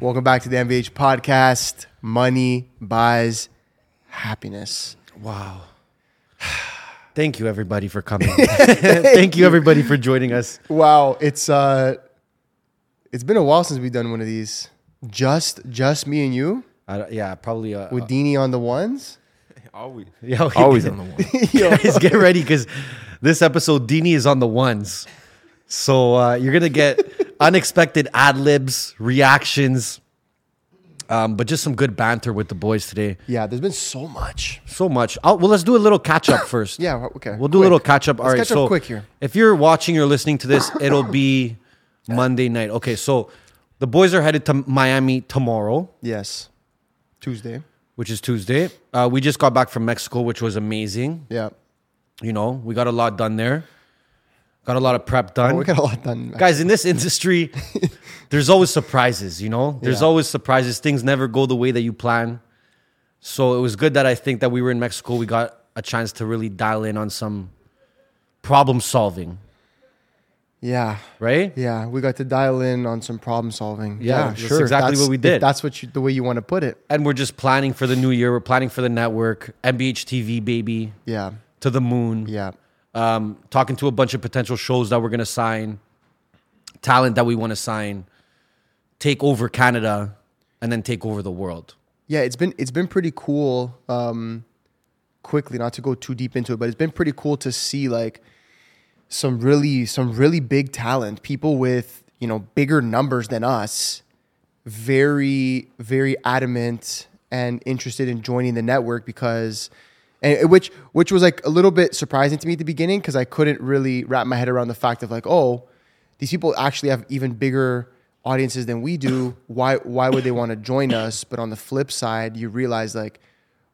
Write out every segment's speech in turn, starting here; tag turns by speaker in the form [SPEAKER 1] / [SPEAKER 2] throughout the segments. [SPEAKER 1] Welcome back to the MVH podcast. Money buys happiness.
[SPEAKER 2] Wow. Thank you, everybody, for coming. Thank you, everybody, for joining us.
[SPEAKER 1] Wow, it's uh, it's been a while since we've done one of these. Just, just me and you
[SPEAKER 2] I don't- yeah, probably. Uh,
[SPEAKER 1] with Dini on the ones.
[SPEAKER 3] Always,
[SPEAKER 2] yeah, okay.
[SPEAKER 3] always on the one.
[SPEAKER 2] Guys, get ready because this episode, Dini is on the ones. So uh, you're going to get unexpected ad libs, reactions, um, but just some good banter with the boys today.
[SPEAKER 1] Yeah, there's been so much.
[SPEAKER 2] So much. I'll, well, let's do a little catch up first.
[SPEAKER 1] Yeah, well, okay,
[SPEAKER 2] We'll do
[SPEAKER 1] quick.
[SPEAKER 2] a little catch up. All
[SPEAKER 1] Let's
[SPEAKER 2] right,
[SPEAKER 1] catch up
[SPEAKER 2] so
[SPEAKER 1] quick here.
[SPEAKER 2] If you're watching or listening to this, it'll be Monday night. Okay, so the boys are headed to Miami tomorrow,
[SPEAKER 1] Yes, Tuesday.
[SPEAKER 2] which is Tuesday. Uh, we just got back from Mexico, which was amazing.
[SPEAKER 1] Yeah,
[SPEAKER 2] You know, we got a lot done there. Got a lot of prep done.
[SPEAKER 1] we got a lot done.
[SPEAKER 2] Guys, in this industry, there's always surprises, you know? There's
[SPEAKER 1] Yeah.
[SPEAKER 2] always surprises. Things never go the way that you plan. So it was good that I think that we were in Mexico. We got a chance to really dial in on some problem solving,
[SPEAKER 1] yeah,
[SPEAKER 2] right?
[SPEAKER 1] yeah, we got to dial in on some problem solving.
[SPEAKER 2] Yeah,
[SPEAKER 1] Yeah,
[SPEAKER 2] that's
[SPEAKER 1] sure.
[SPEAKER 2] exactly
[SPEAKER 1] That's-
[SPEAKER 2] what we
[SPEAKER 1] if
[SPEAKER 2] did.
[SPEAKER 1] That's what you, the way you want to put it.
[SPEAKER 2] And we're just planning for the new year. We're planning for the network, MBH TV, baby,
[SPEAKER 1] Yeah,
[SPEAKER 2] to the moon.
[SPEAKER 1] yeah,
[SPEAKER 2] um, talking to a bunch of potential shows that we're going to sign, talent that we want to sign, take over Canada, and then take over the world.
[SPEAKER 1] yeah. It's been it's been pretty cool. Um, quickly, not to go too deep into it, but it's been pretty cool to see like some really some really big talent, people with you know bigger numbers than us, very very adamant and interested in joining the network because. And which which was like a little bit surprising to me at the beginning because I couldn't really wrap my head around the fact of like oh these people actually have even bigger audiences than we do why why would they want to join us but on the flip side you realize like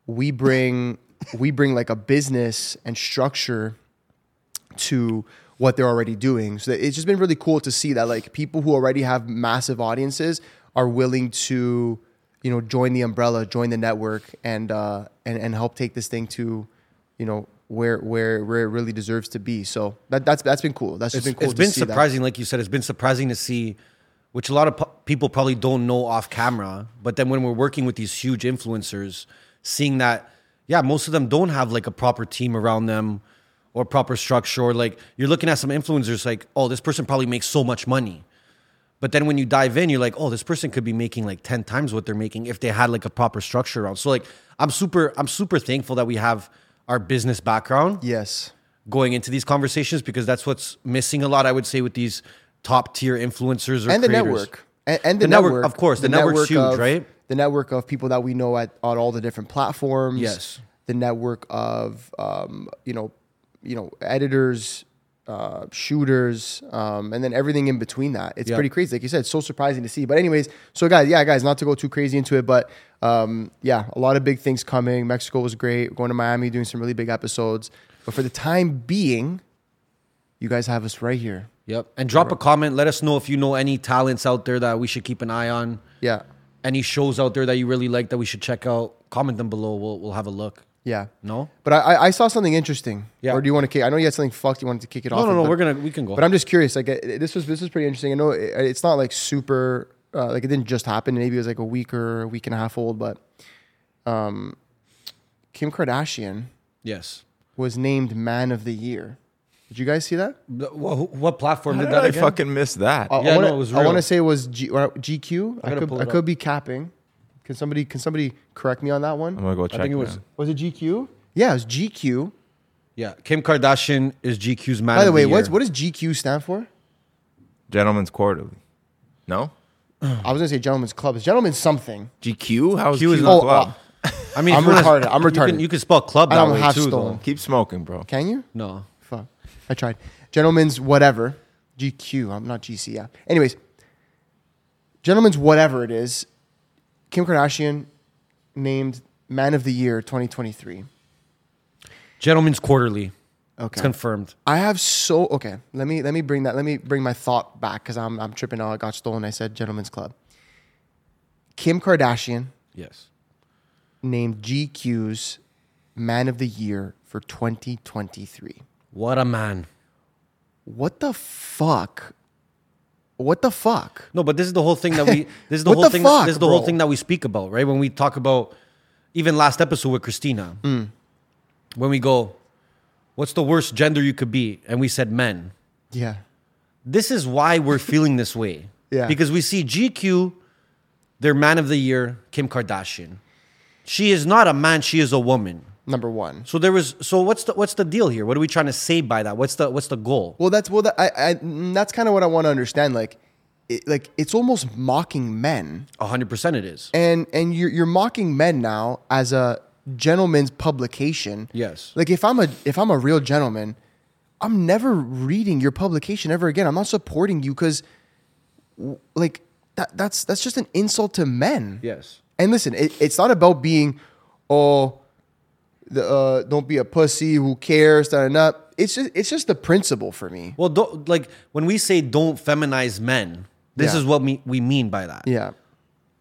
[SPEAKER 1] we bring we bring like a business and structure to what they're already doing. So it's just been really cool to see that like people who already have massive audiences are willing to, you know, join the umbrella, join the network, and uh, and and help take this thing to, you know, where where where it really deserves to be. So that that's that's been cool. That's just been cool.
[SPEAKER 2] it's
[SPEAKER 1] to
[SPEAKER 2] been
[SPEAKER 1] see that.
[SPEAKER 2] surprising, like you said, it's been surprising to see, which a lot of pu- people probably don't know off camera. But then when we're working with these huge influencers, seeing that, yeah, most of them don't have like a proper team around them or proper structure. Or like you're looking at some influencers, like, oh, this person probably makes so much money. But then when you dive in, you're like, oh, this person could be making like 10 times what they're making if they had like a proper structure around. So like I'm super, I'm super thankful that we have our business background
[SPEAKER 1] Yes.
[SPEAKER 2] going into these conversations because that's what's missing a lot, I would say, with these top tier influencers or
[SPEAKER 1] and the
[SPEAKER 2] creators.
[SPEAKER 1] network and, and the,
[SPEAKER 2] The network, of course, the network's huge,
[SPEAKER 1] of-
[SPEAKER 2] right?
[SPEAKER 1] the network of people that we know at on all the different platforms
[SPEAKER 2] Yes.
[SPEAKER 1] the network of um, you know you know editors uh, shooters um, and then everything in between that it's
[SPEAKER 2] Yeah.
[SPEAKER 1] pretty crazy like you said so surprising to see but anyways so guys yeah guys not to go too crazy into it but um, yeah a lot of big things coming mexico was great We're going to miami doing some really big episodes but for the time being you guys have us right here
[SPEAKER 2] Yep. And drop a comment. Let us know if you know any talents out there that we should keep an eye on.
[SPEAKER 1] yeah
[SPEAKER 2] Any shows out there that you really like that we should check out. Comment them below. We'll we'll have a look.
[SPEAKER 1] yeah
[SPEAKER 2] No.
[SPEAKER 1] But I- I, I saw something interesting.
[SPEAKER 2] Yeah.
[SPEAKER 1] Or do you want to kick? I know you had something fucked. You wanted to kick it
[SPEAKER 2] No,
[SPEAKER 1] off.
[SPEAKER 2] no, no.
[SPEAKER 1] but,
[SPEAKER 2] We're gonna we can go.
[SPEAKER 1] But I'm just curious. Like uh, this was this was pretty interesting. I know it, it's not like super. Uh, like it didn't just happen. Maybe it was like a week or a week and a half old. But, um, Kim Kardashian
[SPEAKER 2] yes.
[SPEAKER 1] was named Man of the Year. Did you guys see that?
[SPEAKER 2] The- wha- who- What platform did
[SPEAKER 3] How
[SPEAKER 2] that
[SPEAKER 3] did I
[SPEAKER 2] again?
[SPEAKER 3] fucking miss that?
[SPEAKER 1] I-
[SPEAKER 2] Yeah,
[SPEAKER 1] I wanna,
[SPEAKER 2] no, it was
[SPEAKER 1] I want to
[SPEAKER 2] real.
[SPEAKER 1] say it was G, or GQ. I
[SPEAKER 2] gotta
[SPEAKER 1] could
[SPEAKER 2] pull
[SPEAKER 1] I
[SPEAKER 2] it
[SPEAKER 1] could
[SPEAKER 2] up.
[SPEAKER 1] be capping. Can somebody can somebody correct me on that
[SPEAKER 3] I'm
[SPEAKER 1] one?
[SPEAKER 3] gonna go check.
[SPEAKER 2] I think it was
[SPEAKER 1] Was it GQ? Yeah, it was GQ.
[SPEAKER 2] yeah. Kim Kardashian is GQ's man.
[SPEAKER 1] By the
[SPEAKER 2] of
[SPEAKER 1] way,
[SPEAKER 2] year.
[SPEAKER 1] what's what does GQ stand for?
[SPEAKER 3] Gentlemen's Quarterly. No,
[SPEAKER 1] I was gonna say Gentlemen's Club. Is Gentlemen's something? Oh, ah,
[SPEAKER 3] GQ. How is
[SPEAKER 2] Q
[SPEAKER 3] Q,
[SPEAKER 2] is
[SPEAKER 3] a
[SPEAKER 2] not-
[SPEAKER 3] club?
[SPEAKER 2] I mean, if
[SPEAKER 1] I'm
[SPEAKER 2] you wanna-
[SPEAKER 1] retarded. I'm
[SPEAKER 2] you can- You
[SPEAKER 1] retarded.
[SPEAKER 2] can, spell club
[SPEAKER 1] I
[SPEAKER 2] that
[SPEAKER 1] don't
[SPEAKER 2] way
[SPEAKER 1] have
[SPEAKER 2] too.
[SPEAKER 1] stolen.
[SPEAKER 2] though.
[SPEAKER 3] Keep smoking, bro.
[SPEAKER 1] Can you?
[SPEAKER 2] No.
[SPEAKER 1] Fuck. I tried. Gentlemen's whatever. GQ. I'm not GC. Yeah. Anyways, gentlemen's whatever it is. Kim Kardashian named Man of the Year 2023.
[SPEAKER 2] Gentlemen's Quarterly. It's
[SPEAKER 1] Okay.
[SPEAKER 2] confirmed.
[SPEAKER 1] I have so okay. Let me let me bring that. Let me bring my thought back because I'm I'm tripping out. I got stolen. I said Gentlemen's Club. Kim Kardashian
[SPEAKER 2] Yes.
[SPEAKER 1] named GQ's Man of the Year for 2023.
[SPEAKER 2] What a man.
[SPEAKER 1] what the fuck What the fuck?
[SPEAKER 2] No, but this is the whole thing that we this is the
[SPEAKER 1] What
[SPEAKER 2] whole
[SPEAKER 1] the
[SPEAKER 2] thing
[SPEAKER 1] fuck,
[SPEAKER 2] this is the
[SPEAKER 1] bro?
[SPEAKER 2] whole thing that we speak about, right? When we talk about even last episode with Christina.
[SPEAKER 1] Mm.
[SPEAKER 2] When we go, what's the worst gender you could be? And we said men.
[SPEAKER 1] Yeah.
[SPEAKER 2] This is why we're feeling this way.
[SPEAKER 1] Yeah.
[SPEAKER 2] Because we see GQ, their man of the year, Kim Kardashian. She is not a man, she is a woman.
[SPEAKER 1] Number one.
[SPEAKER 2] So there was so what's the what's the deal here? What are we trying to say by that? What's the what's the goal?
[SPEAKER 1] Well, that's well, that, I, I, mm, that's kind of what I want to understand. Like, it, like it's almost mocking men,
[SPEAKER 2] hundred percent it is.
[SPEAKER 1] and and you're you're mocking men now as a gentleman's publication.
[SPEAKER 2] Yes.
[SPEAKER 1] Like if I'm a if I'm a real gentleman, I'm never reading your publication ever again. I'm not supporting you because, like that that's that's just an insult to men.
[SPEAKER 2] Yes.
[SPEAKER 1] And listen, it, it's not about being, oh, the, uh, don't be a pussy. Who cares? Da, da, da. It's just it's just the principle for me.
[SPEAKER 2] Well, don't, like when we say don't feminize men, this
[SPEAKER 1] Yeah.
[SPEAKER 2] is what we, we mean by that.
[SPEAKER 1] Yeah.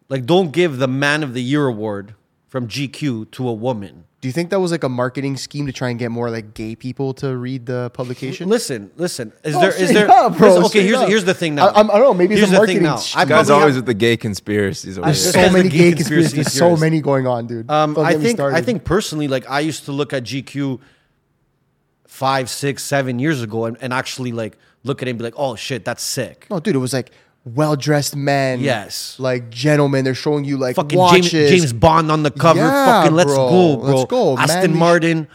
[SPEAKER 2] Like, don't give the Man of the Year award from GQ to a woman.
[SPEAKER 1] Do you think that was like a marketing scheme to try and get more like gay people to read the publication?
[SPEAKER 2] Listen, listen. Is there is there
[SPEAKER 1] Oh, up, bro,
[SPEAKER 2] listen, okay?
[SPEAKER 1] straight
[SPEAKER 2] Here's
[SPEAKER 1] up.
[SPEAKER 2] here's the thing
[SPEAKER 1] I-
[SPEAKER 2] now.
[SPEAKER 1] I'm- I don't know, maybe it's
[SPEAKER 2] here's
[SPEAKER 1] a
[SPEAKER 2] the
[SPEAKER 1] marketing
[SPEAKER 2] thing now.
[SPEAKER 1] scheme.
[SPEAKER 2] I
[SPEAKER 1] You
[SPEAKER 3] guys
[SPEAKER 2] probably
[SPEAKER 3] always
[SPEAKER 2] have-
[SPEAKER 3] with the gay conspiracies. Over
[SPEAKER 1] There's
[SPEAKER 2] This
[SPEAKER 3] here.
[SPEAKER 1] so
[SPEAKER 2] guy's
[SPEAKER 1] many
[SPEAKER 2] the gay
[SPEAKER 1] gay conspiracies.
[SPEAKER 2] conspiracy
[SPEAKER 1] So
[SPEAKER 2] theorist.
[SPEAKER 1] many going on, dude.
[SPEAKER 2] Um,
[SPEAKER 1] Don't
[SPEAKER 2] I
[SPEAKER 1] get me
[SPEAKER 2] think I
[SPEAKER 1] started.
[SPEAKER 2] think personally, like I used to look at GQ five, six, seven years ago, and, and actually like look at it and be like, oh shit, that's sick.
[SPEAKER 1] No, dude, it was like well dressed men.
[SPEAKER 2] Yes.
[SPEAKER 1] Like gentlemen. They're showing you like
[SPEAKER 2] fucking James,
[SPEAKER 1] watches.
[SPEAKER 2] James Bond on the cover.
[SPEAKER 1] Yeah,
[SPEAKER 2] fucking let's
[SPEAKER 1] bro.
[SPEAKER 2] go, bro.
[SPEAKER 1] Let's go.
[SPEAKER 2] Aston
[SPEAKER 1] Manly
[SPEAKER 2] Martin,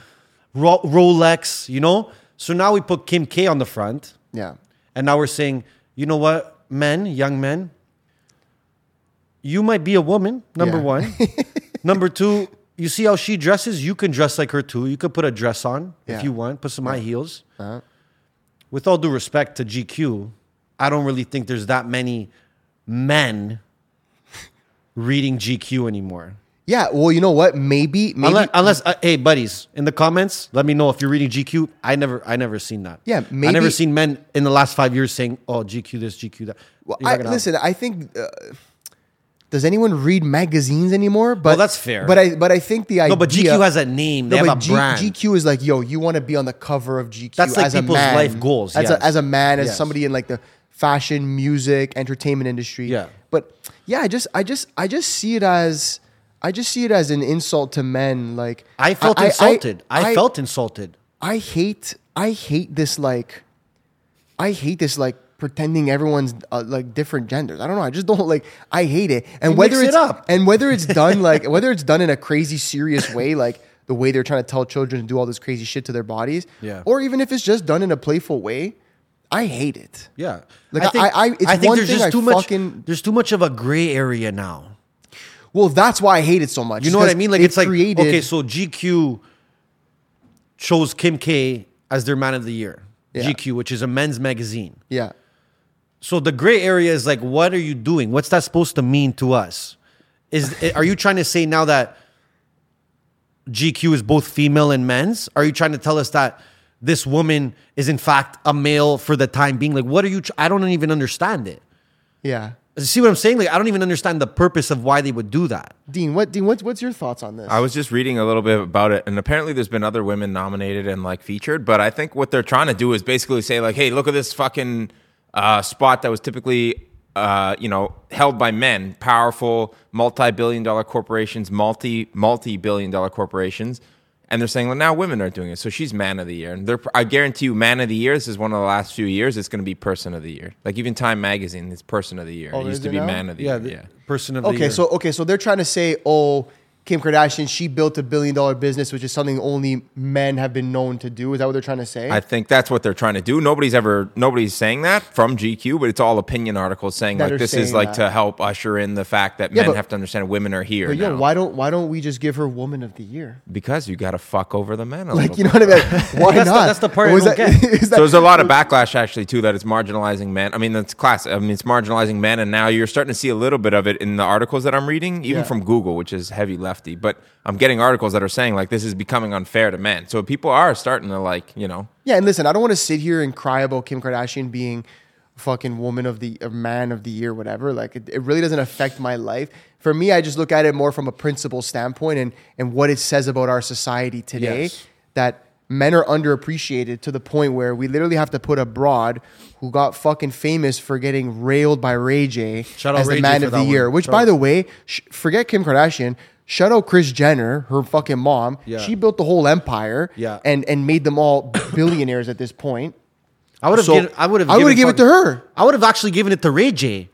[SPEAKER 2] Ro- Rolex, you know? So now we put Kim K on the front,
[SPEAKER 1] Yeah.
[SPEAKER 2] and now we're saying, you know what, men, young men, you might be a woman, number
[SPEAKER 1] Yeah.
[SPEAKER 2] one. number two, you see how she dresses? You can dress like her too. You could put a dress on
[SPEAKER 1] Yeah.
[SPEAKER 2] if you want, put some high heels.
[SPEAKER 1] Uh-huh.
[SPEAKER 2] With all due respect to GQ, I don't really think there's that many men reading GQ anymore.
[SPEAKER 1] Yeah. Well, you know what? Maybe maybe
[SPEAKER 2] Unless, unless uh, hey buddies, in the comments, let me know if you're reading GQ. I never, I never seen that.
[SPEAKER 1] Yeah,
[SPEAKER 2] I
[SPEAKER 1] maybe-
[SPEAKER 2] never seen men in the last five years saying, "Oh, GQ this, GQ that."
[SPEAKER 1] Well,
[SPEAKER 2] You're not
[SPEAKER 1] I,
[SPEAKER 2] gonna-
[SPEAKER 1] listen, I think. Uh, does anyone read magazines anymore? But
[SPEAKER 2] that's fair.
[SPEAKER 1] But I but I think the idea.
[SPEAKER 2] no, but GQ has a name. They
[SPEAKER 1] No,
[SPEAKER 2] have
[SPEAKER 1] but
[SPEAKER 2] a
[SPEAKER 1] G-
[SPEAKER 2] brand.
[SPEAKER 1] GQ is like, yo, you want to be on the cover of GQ.
[SPEAKER 2] That's like
[SPEAKER 1] as a
[SPEAKER 2] people's
[SPEAKER 1] man.
[SPEAKER 2] life goals,
[SPEAKER 1] As,
[SPEAKER 2] yes.
[SPEAKER 1] a, as a man, as
[SPEAKER 2] Yes.
[SPEAKER 1] somebody in like the fashion, music, entertainment industry.
[SPEAKER 2] Yeah.
[SPEAKER 1] But yeah, I just, I just, I just see it as, I just see it as an insult to men. Like
[SPEAKER 2] I felt insulted. I, felt insulted.
[SPEAKER 1] I hate I hate this like I hate this like pretending everyone's uh, like different genders. I don't know. I just don't like I hate it. And
[SPEAKER 2] It
[SPEAKER 1] whether
[SPEAKER 2] mixes
[SPEAKER 1] it's
[SPEAKER 2] it up.
[SPEAKER 1] and whether it's done like whether it's done in a crazy serious way like the way they're trying to tell children to do all this crazy shit to their bodies
[SPEAKER 2] Yeah.
[SPEAKER 1] or even if it's just done in a playful way, I hate it.
[SPEAKER 2] Yeah,
[SPEAKER 1] Like, I- I- I- it's one thing I
[SPEAKER 2] too much.
[SPEAKER 1] fucking-
[SPEAKER 2] There's too much of a gray area now.
[SPEAKER 1] Well, that's why I hate it so much.
[SPEAKER 2] You
[SPEAKER 1] is
[SPEAKER 2] know what I
[SPEAKER 1] 'cause
[SPEAKER 2] mean? Like
[SPEAKER 1] they've
[SPEAKER 2] it's like
[SPEAKER 1] created,
[SPEAKER 2] okay, so GQ chose Kim K as their man of the year.
[SPEAKER 1] Yeah.
[SPEAKER 2] GQ, which is a men's magazine.
[SPEAKER 1] yeah.
[SPEAKER 2] So the gray area is like, what are you doing? What's that supposed to mean to us? Is are you trying to say now that GQ is both female and men's? Are you trying to tell us that this woman is in fact a male for the time being? Like, what are you? Tr- I don't even understand it.
[SPEAKER 1] Yeah.
[SPEAKER 2] See what I'm saying? Like, I don't even understand the purpose of why they would do that.
[SPEAKER 1] Dean, what Dean, what's what's your thoughts on this?
[SPEAKER 3] I was just reading a little bit about it, and apparently there's been other women nominated and like featured, but I think what they're trying to do is basically say like, hey, look at this fucking uh, spot that was typically. Uh, you know, held by men, powerful multi-billion-dollar corporations, multi multi-billion-dollar corporations, and they're saying, "Well, now women are doing it." So she's man of the year, and they're—I guarantee you, man of the year. This is one of the last few years. It's going to be person of the year. Like even Time Magazine, it's person of the year. it
[SPEAKER 1] Oh, is
[SPEAKER 3] used to
[SPEAKER 1] it
[SPEAKER 3] be
[SPEAKER 1] now?
[SPEAKER 3] man of the
[SPEAKER 2] Yeah,
[SPEAKER 3] year.
[SPEAKER 2] the
[SPEAKER 3] yeah,
[SPEAKER 2] person of the
[SPEAKER 1] Okay,
[SPEAKER 2] year.
[SPEAKER 1] so okay, so they're trying to say, oh, Kim Kardashian, she built a billion dollar business, which is something only men have been known to do. Is that what they're trying to say?
[SPEAKER 3] I think that's what they're trying to do. Nobody's ever nobody's saying that from GQ, but it's all opinion articles saying
[SPEAKER 1] That are
[SPEAKER 3] like this is
[SPEAKER 1] saying
[SPEAKER 3] like
[SPEAKER 1] that.
[SPEAKER 3] to help usher in the fact that
[SPEAKER 1] Yeah,
[SPEAKER 3] men
[SPEAKER 1] but-
[SPEAKER 3] have to understand women are here
[SPEAKER 1] but yo,
[SPEAKER 3] now.
[SPEAKER 1] why don't why don't we just give her Woman of the Year?
[SPEAKER 3] because you got to fuck over the men a
[SPEAKER 1] Like,
[SPEAKER 3] little
[SPEAKER 1] you know
[SPEAKER 3] bit.
[SPEAKER 1] what I mean? Like, why
[SPEAKER 2] That's the-
[SPEAKER 1] not?
[SPEAKER 2] that's the part I
[SPEAKER 1] Was
[SPEAKER 2] don't
[SPEAKER 1] that-
[SPEAKER 2] get.
[SPEAKER 1] is
[SPEAKER 3] So
[SPEAKER 1] that-
[SPEAKER 3] there's a lot of backlash actually too that it's marginalizing men. I mean, that's class. I mean, it's marginalizing men, and now you're starting to see a little bit of it in the articles that I'm reading, even
[SPEAKER 1] Yeah.
[SPEAKER 3] from Google, which is heavy lefty. But I'm getting articles that are saying like this is becoming unfair to men. So people are starting to like you know
[SPEAKER 1] yeah, and listen, I don't want to sit here and cry about Kim Kardashian being fucking woman of the or man of the year, whatever. Like it, it really doesn't affect my life. For me, I just look at it more from a principle standpoint and and what it says about our society today
[SPEAKER 2] Yes.
[SPEAKER 1] that men are underappreciated to the point where we literally have to put a broad who got fucking famous for getting railed by Ray J
[SPEAKER 2] Shout out
[SPEAKER 1] as the
[SPEAKER 2] Ray J
[SPEAKER 1] man
[SPEAKER 2] for
[SPEAKER 1] of the
[SPEAKER 2] that
[SPEAKER 1] year.
[SPEAKER 2] one.
[SPEAKER 1] Which,
[SPEAKER 2] Shout
[SPEAKER 1] by
[SPEAKER 2] out.
[SPEAKER 1] the way, sh- forget Kim Kardashian. Shout out Chris Jenner, her fucking mom.
[SPEAKER 2] Yeah.
[SPEAKER 1] She built the whole empire
[SPEAKER 2] Yeah.
[SPEAKER 1] and and made them all billionaires at this point.
[SPEAKER 2] I would have.
[SPEAKER 1] So,
[SPEAKER 2] given, I would have.
[SPEAKER 1] I would've
[SPEAKER 2] given
[SPEAKER 1] gave it to her.
[SPEAKER 2] I would have actually given it to Ray J.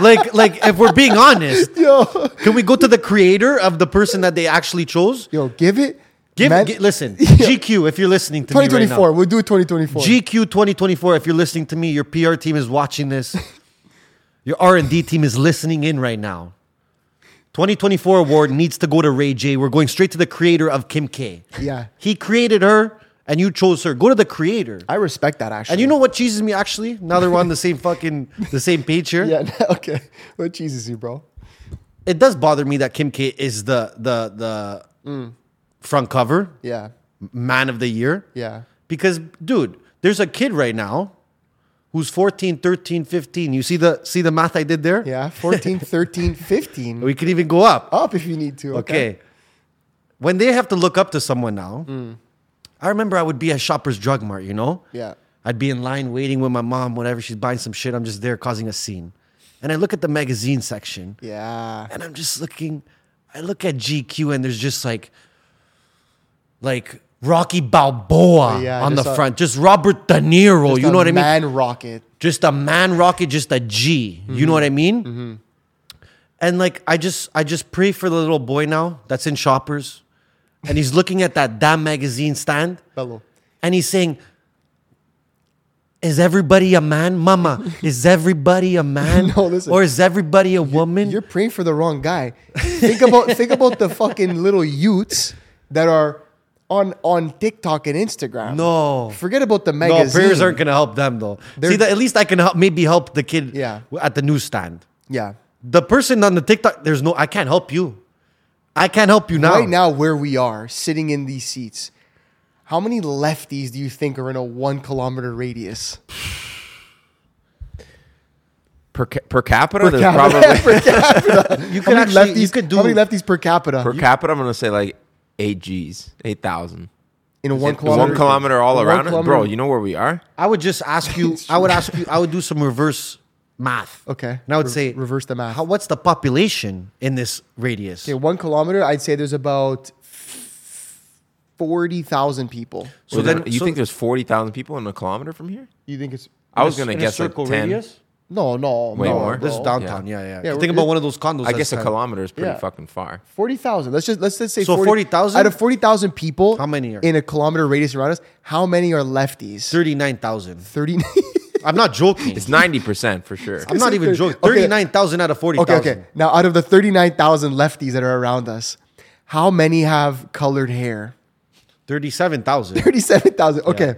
[SPEAKER 2] like, like if we're being honest,
[SPEAKER 1] Yo,
[SPEAKER 2] can we go to the creator of the person that they actually chose?
[SPEAKER 1] yo, give it.
[SPEAKER 2] Give,
[SPEAKER 1] man-
[SPEAKER 2] gi- listen, GQ, if you're listening to me right
[SPEAKER 1] 2024.
[SPEAKER 2] now,
[SPEAKER 1] We'll do it 2024.
[SPEAKER 2] GQ 2024, if you're listening to me, your PR team is watching this. Your R and D team is listening in right now. 2024 award needs to go to Ray J. We're going straight to the creator of Kim K.
[SPEAKER 1] Yeah.
[SPEAKER 2] he created her, and you chose her. Go to the creator.
[SPEAKER 1] I respect that actually.
[SPEAKER 2] And you know what cheeses me actually? Now they're on the same fucking the same page here.
[SPEAKER 1] yeah, okay. What cheeses you, bro?
[SPEAKER 2] It does bother me that Kim K is the the the
[SPEAKER 1] Mm.
[SPEAKER 2] front cover
[SPEAKER 1] Yeah,
[SPEAKER 2] man of the year.
[SPEAKER 1] yeah.
[SPEAKER 2] Because dude, there's a kid right now who's 14, 13, 15. You see the see the math I did there?
[SPEAKER 1] Yeah, Oh, 14, 13, 15.
[SPEAKER 2] We could even go up.
[SPEAKER 1] up if you need to.
[SPEAKER 2] okay. When they have to look up to someone now, I remember I would be at Shoppers Drug Mart, you know?
[SPEAKER 1] Mm. Yeah.
[SPEAKER 2] I'd be in line waiting with my mom, whenever she's buying some shit, I'm just there causing a scene. And I look at the magazine section
[SPEAKER 1] Yeah.
[SPEAKER 2] and I'm just looking, I look at GQ and there's just like, like Rocky Balboa
[SPEAKER 1] Yeah,
[SPEAKER 2] on the
[SPEAKER 1] just a-
[SPEAKER 2] front, just Robert De Niro, you
[SPEAKER 1] The
[SPEAKER 2] know what I mean?
[SPEAKER 1] Man rocket.
[SPEAKER 2] just a man rocket, just a G.
[SPEAKER 1] Mm-hmm.
[SPEAKER 2] You know what I mean? And like, I just, I just pray for the little boy now that's in Shoppers, and he's looking at that damn magazine stand,
[SPEAKER 1] Bello.
[SPEAKER 2] and he's saying, "Is everybody a man, Mama? Is everybody a man,
[SPEAKER 1] No, listen.
[SPEAKER 2] or is everybody a woman?"
[SPEAKER 1] You're praying for the wrong guy. Think about think about the fucking little youths that are on on TikTok and Instagram.
[SPEAKER 2] No.
[SPEAKER 1] Forget about the
[SPEAKER 2] no,
[SPEAKER 1] magazine.
[SPEAKER 2] prayers aren't gonna help them though.
[SPEAKER 1] They're-
[SPEAKER 2] See, that at least I can help, maybe help the kid
[SPEAKER 1] Yeah.
[SPEAKER 2] at the newsstand.
[SPEAKER 1] Yeah.
[SPEAKER 2] The person on the TikTok, there's no, I can't help you. I can't help you now.
[SPEAKER 1] Right now where we are, sitting in these seats, how many lefties do you think are in a one kilometer radius?
[SPEAKER 3] Per, ca- per capita, there's
[SPEAKER 1] capita.
[SPEAKER 3] probably
[SPEAKER 1] per capita.
[SPEAKER 2] you
[SPEAKER 1] How
[SPEAKER 2] could
[SPEAKER 1] many
[SPEAKER 2] actually,
[SPEAKER 1] lefties?
[SPEAKER 2] you could do
[SPEAKER 1] how many lefties per capita
[SPEAKER 3] per capita. I'm gonna say like eight G's, eight thousand.
[SPEAKER 1] in a one kilometer?
[SPEAKER 3] One kilometer all
[SPEAKER 1] One
[SPEAKER 3] around, it?
[SPEAKER 1] kilometer-
[SPEAKER 3] bro. You know where we are?
[SPEAKER 2] I would just ask you. I would ask you. I would do some reverse math.
[SPEAKER 1] Okay.
[SPEAKER 2] And I would
[SPEAKER 1] Re-
[SPEAKER 2] say
[SPEAKER 1] reverse the math.
[SPEAKER 2] How, what's the population in this radius?
[SPEAKER 1] Okay, one kilometer, I'd say there's about forty thousand people.
[SPEAKER 2] So
[SPEAKER 3] Well,
[SPEAKER 2] then-
[SPEAKER 3] you
[SPEAKER 2] so-
[SPEAKER 3] think there's forty thousand people in a kilometer from here?
[SPEAKER 1] You think it's
[SPEAKER 3] I was
[SPEAKER 2] In
[SPEAKER 3] gonna
[SPEAKER 2] a
[SPEAKER 3] guess like
[SPEAKER 2] circle
[SPEAKER 3] ten.
[SPEAKER 2] radius. Oh.
[SPEAKER 1] no, no,
[SPEAKER 3] Way
[SPEAKER 1] no,
[SPEAKER 3] more?
[SPEAKER 2] This is
[SPEAKER 1] bro.
[SPEAKER 2] downtown. Yeah, yeah.
[SPEAKER 1] Yeah,
[SPEAKER 2] think
[SPEAKER 1] we're-
[SPEAKER 2] about one of those condos.
[SPEAKER 3] I guess a
[SPEAKER 2] that's-
[SPEAKER 3] kilometer is pretty
[SPEAKER 1] Yeah.
[SPEAKER 3] fucking far.
[SPEAKER 1] Forty thousand. Let's just let's just say
[SPEAKER 2] So 40,000?
[SPEAKER 1] out of forty thousand people.
[SPEAKER 2] How many are-
[SPEAKER 1] in a kilometer radius around us? How many are lefties?
[SPEAKER 2] Thirty-nine thousand.
[SPEAKER 1] Thirty.
[SPEAKER 2] I'm not joking.
[SPEAKER 3] It's ninety percent for sure.
[SPEAKER 2] I'm not even joking.
[SPEAKER 1] Okay.
[SPEAKER 2] Thirty-nine thousand out of forty
[SPEAKER 1] okay,
[SPEAKER 2] thousand.
[SPEAKER 1] okay. Now, out of the thirty-nine thousand lefties that are around us, how many have colored hair?
[SPEAKER 2] Thirty-seven thousand.
[SPEAKER 1] Thirty-seven thousand. Okay.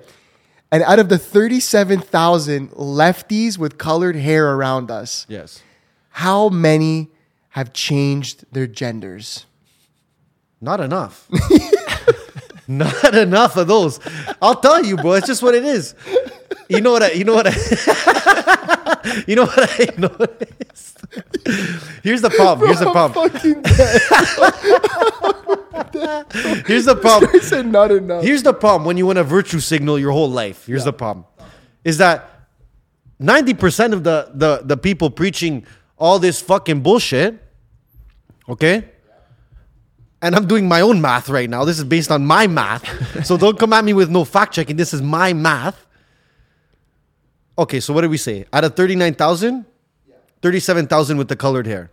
[SPEAKER 1] And out of the 37,000 lefties with colored hair around us,
[SPEAKER 2] Yes.
[SPEAKER 1] how many have changed their genders?
[SPEAKER 2] Not enough. Not enough of those. I'll tell you, bro. It's just what it is. You know what? I, you know what? I, you know what? I, you know what it is. Here's the problem. Here's the problem.
[SPEAKER 1] Fucking dead.
[SPEAKER 2] Here's the problem.
[SPEAKER 1] I said not enough.
[SPEAKER 2] Here's the problem. When you want a virtue signal your whole life, here's the problem. Is that 90% of the, the the people preaching all this fucking bullshit, okay? And I'm doing my own math right now. This is based on my math. so don't come at me with no fact checking. This is my math. Okay, so what did we say? Out of 39,000, 37,000 with the colored hair.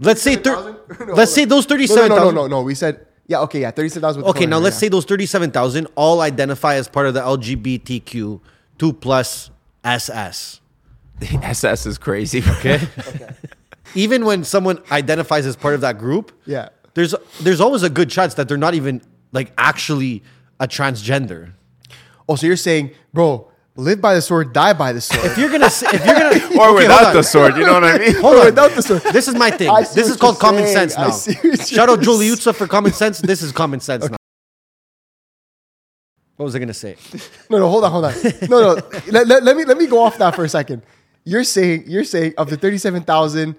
[SPEAKER 2] Let's say thir-
[SPEAKER 1] 37,000? No,
[SPEAKER 2] Let's say
[SPEAKER 1] hold
[SPEAKER 2] those
[SPEAKER 1] no, no,
[SPEAKER 2] 37,000
[SPEAKER 1] no, no, no, no. We said yeah. Okay, yeah. Thirty-seven thousand.
[SPEAKER 2] Okay, now let's say those thirty-seven thousand all identify as part of the LGBTQ two plus SS.
[SPEAKER 3] The SS is crazy. Okay.
[SPEAKER 2] Even when someone identifies as part of that group,
[SPEAKER 1] Yeah.
[SPEAKER 2] there's there's always a good chance that they're not even like actually a transgender.
[SPEAKER 1] Oh, so you're saying, bro, live by the sword, die by the sword,
[SPEAKER 2] If you're gonna say- if you're gonna
[SPEAKER 3] or
[SPEAKER 2] okay, hold
[SPEAKER 3] without
[SPEAKER 2] on.
[SPEAKER 3] the sword, you know what I mean?
[SPEAKER 2] Hold on.
[SPEAKER 1] without the sword.
[SPEAKER 2] This is my thing.
[SPEAKER 1] I see
[SPEAKER 2] This
[SPEAKER 1] what
[SPEAKER 2] is called
[SPEAKER 1] you're
[SPEAKER 2] common
[SPEAKER 1] saying.
[SPEAKER 2] sense
[SPEAKER 1] I
[SPEAKER 2] now.
[SPEAKER 1] see what
[SPEAKER 2] Shout out
[SPEAKER 1] you're
[SPEAKER 2] Juliutza for common sense. This is common sense now. What was I gonna say?
[SPEAKER 1] No, no, hold on, hold on. No, no. let, let, let me let me go off that for a second. You're saying you're saying of the thirty-seven thousand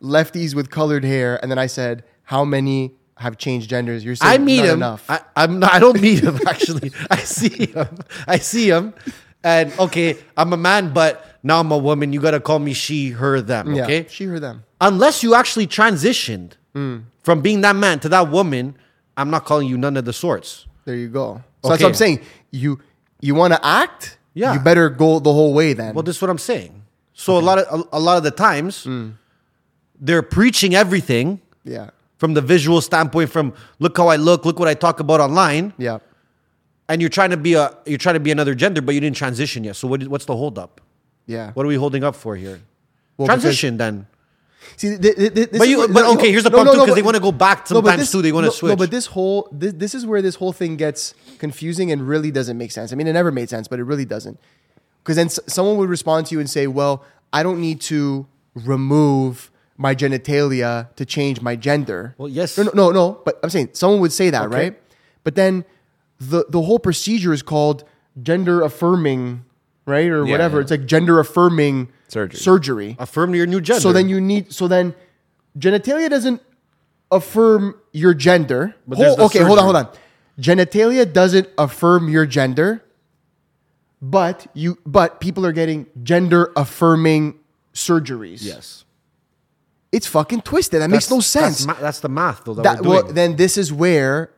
[SPEAKER 1] lefties with colored hair, and then I said how many have changed genders. You're saying
[SPEAKER 2] I meet
[SPEAKER 1] not
[SPEAKER 2] him.
[SPEAKER 1] enough.
[SPEAKER 2] I, I'm not, I don't meet him actually. I see him. I see him. And okay, I'm a man, but now I'm a woman. You gotta call me she, her, them.
[SPEAKER 1] yeah,
[SPEAKER 2] Okay.
[SPEAKER 1] she or them.
[SPEAKER 2] Unless you actually transitioned from being that man to that woman, I'm not calling you none of the sorts.
[SPEAKER 1] There you go. So that's what
[SPEAKER 2] Okay.
[SPEAKER 1] I'm saying. You you want to act?
[SPEAKER 2] Yeah.
[SPEAKER 1] You better go the whole way then.
[SPEAKER 2] Well, this is what I'm saying. So a lot of a, a lot of the times, they're preaching everything
[SPEAKER 1] yeah.
[SPEAKER 2] from the visual standpoint. From look how I look, look what I talk about online.
[SPEAKER 1] Yeah.
[SPEAKER 2] and you're trying to be a you're trying to be another gender, but you didn't transition yet. So what, what's the holdup?
[SPEAKER 1] Yeah.
[SPEAKER 2] What are we holding up for here?
[SPEAKER 1] Well, because-
[SPEAKER 2] transition then.
[SPEAKER 1] See, th- th- th- this
[SPEAKER 2] But
[SPEAKER 1] is
[SPEAKER 2] you-
[SPEAKER 1] what-
[SPEAKER 2] but okay, here's the problem, too, 'cause they
[SPEAKER 1] but-
[SPEAKER 2] wanna go back
[SPEAKER 1] but
[SPEAKER 2] sometimes,
[SPEAKER 1] this-
[SPEAKER 2] too, they wanna
[SPEAKER 1] no- No,
[SPEAKER 2] switch.
[SPEAKER 1] but this whole this, this is where this whole thing gets confusing and really doesn't make sense. I mean, it never made sense, but it really doesn't. Because then s- someone would respond to you and say, "Well, I don't need to remove my genitalia to change my gender."
[SPEAKER 2] Well, yes.
[SPEAKER 1] No, no, no, no, but I'm saying someone would say that, right? But then the the whole procedure is called gender affirming, right, or whatever.
[SPEAKER 3] yeah.
[SPEAKER 1] It's like gender affirming
[SPEAKER 3] Surgery.
[SPEAKER 1] Surgery.
[SPEAKER 2] Affirm your new gender.
[SPEAKER 1] So then you need. So then, genitalia doesn't affirm your gender.
[SPEAKER 2] But
[SPEAKER 1] Hol-
[SPEAKER 2] there's the
[SPEAKER 1] okay, hold on, hold
[SPEAKER 2] surgery.
[SPEAKER 1] on. Genitalia doesn't affirm your gender, but you. But people are getting gender affirming surgeries.
[SPEAKER 2] yes.
[SPEAKER 1] it's fucking twisted. That makes no sense.
[SPEAKER 2] That's, ma- that's the math though. That,
[SPEAKER 1] that
[SPEAKER 2] we're doing.
[SPEAKER 1] well, then this is where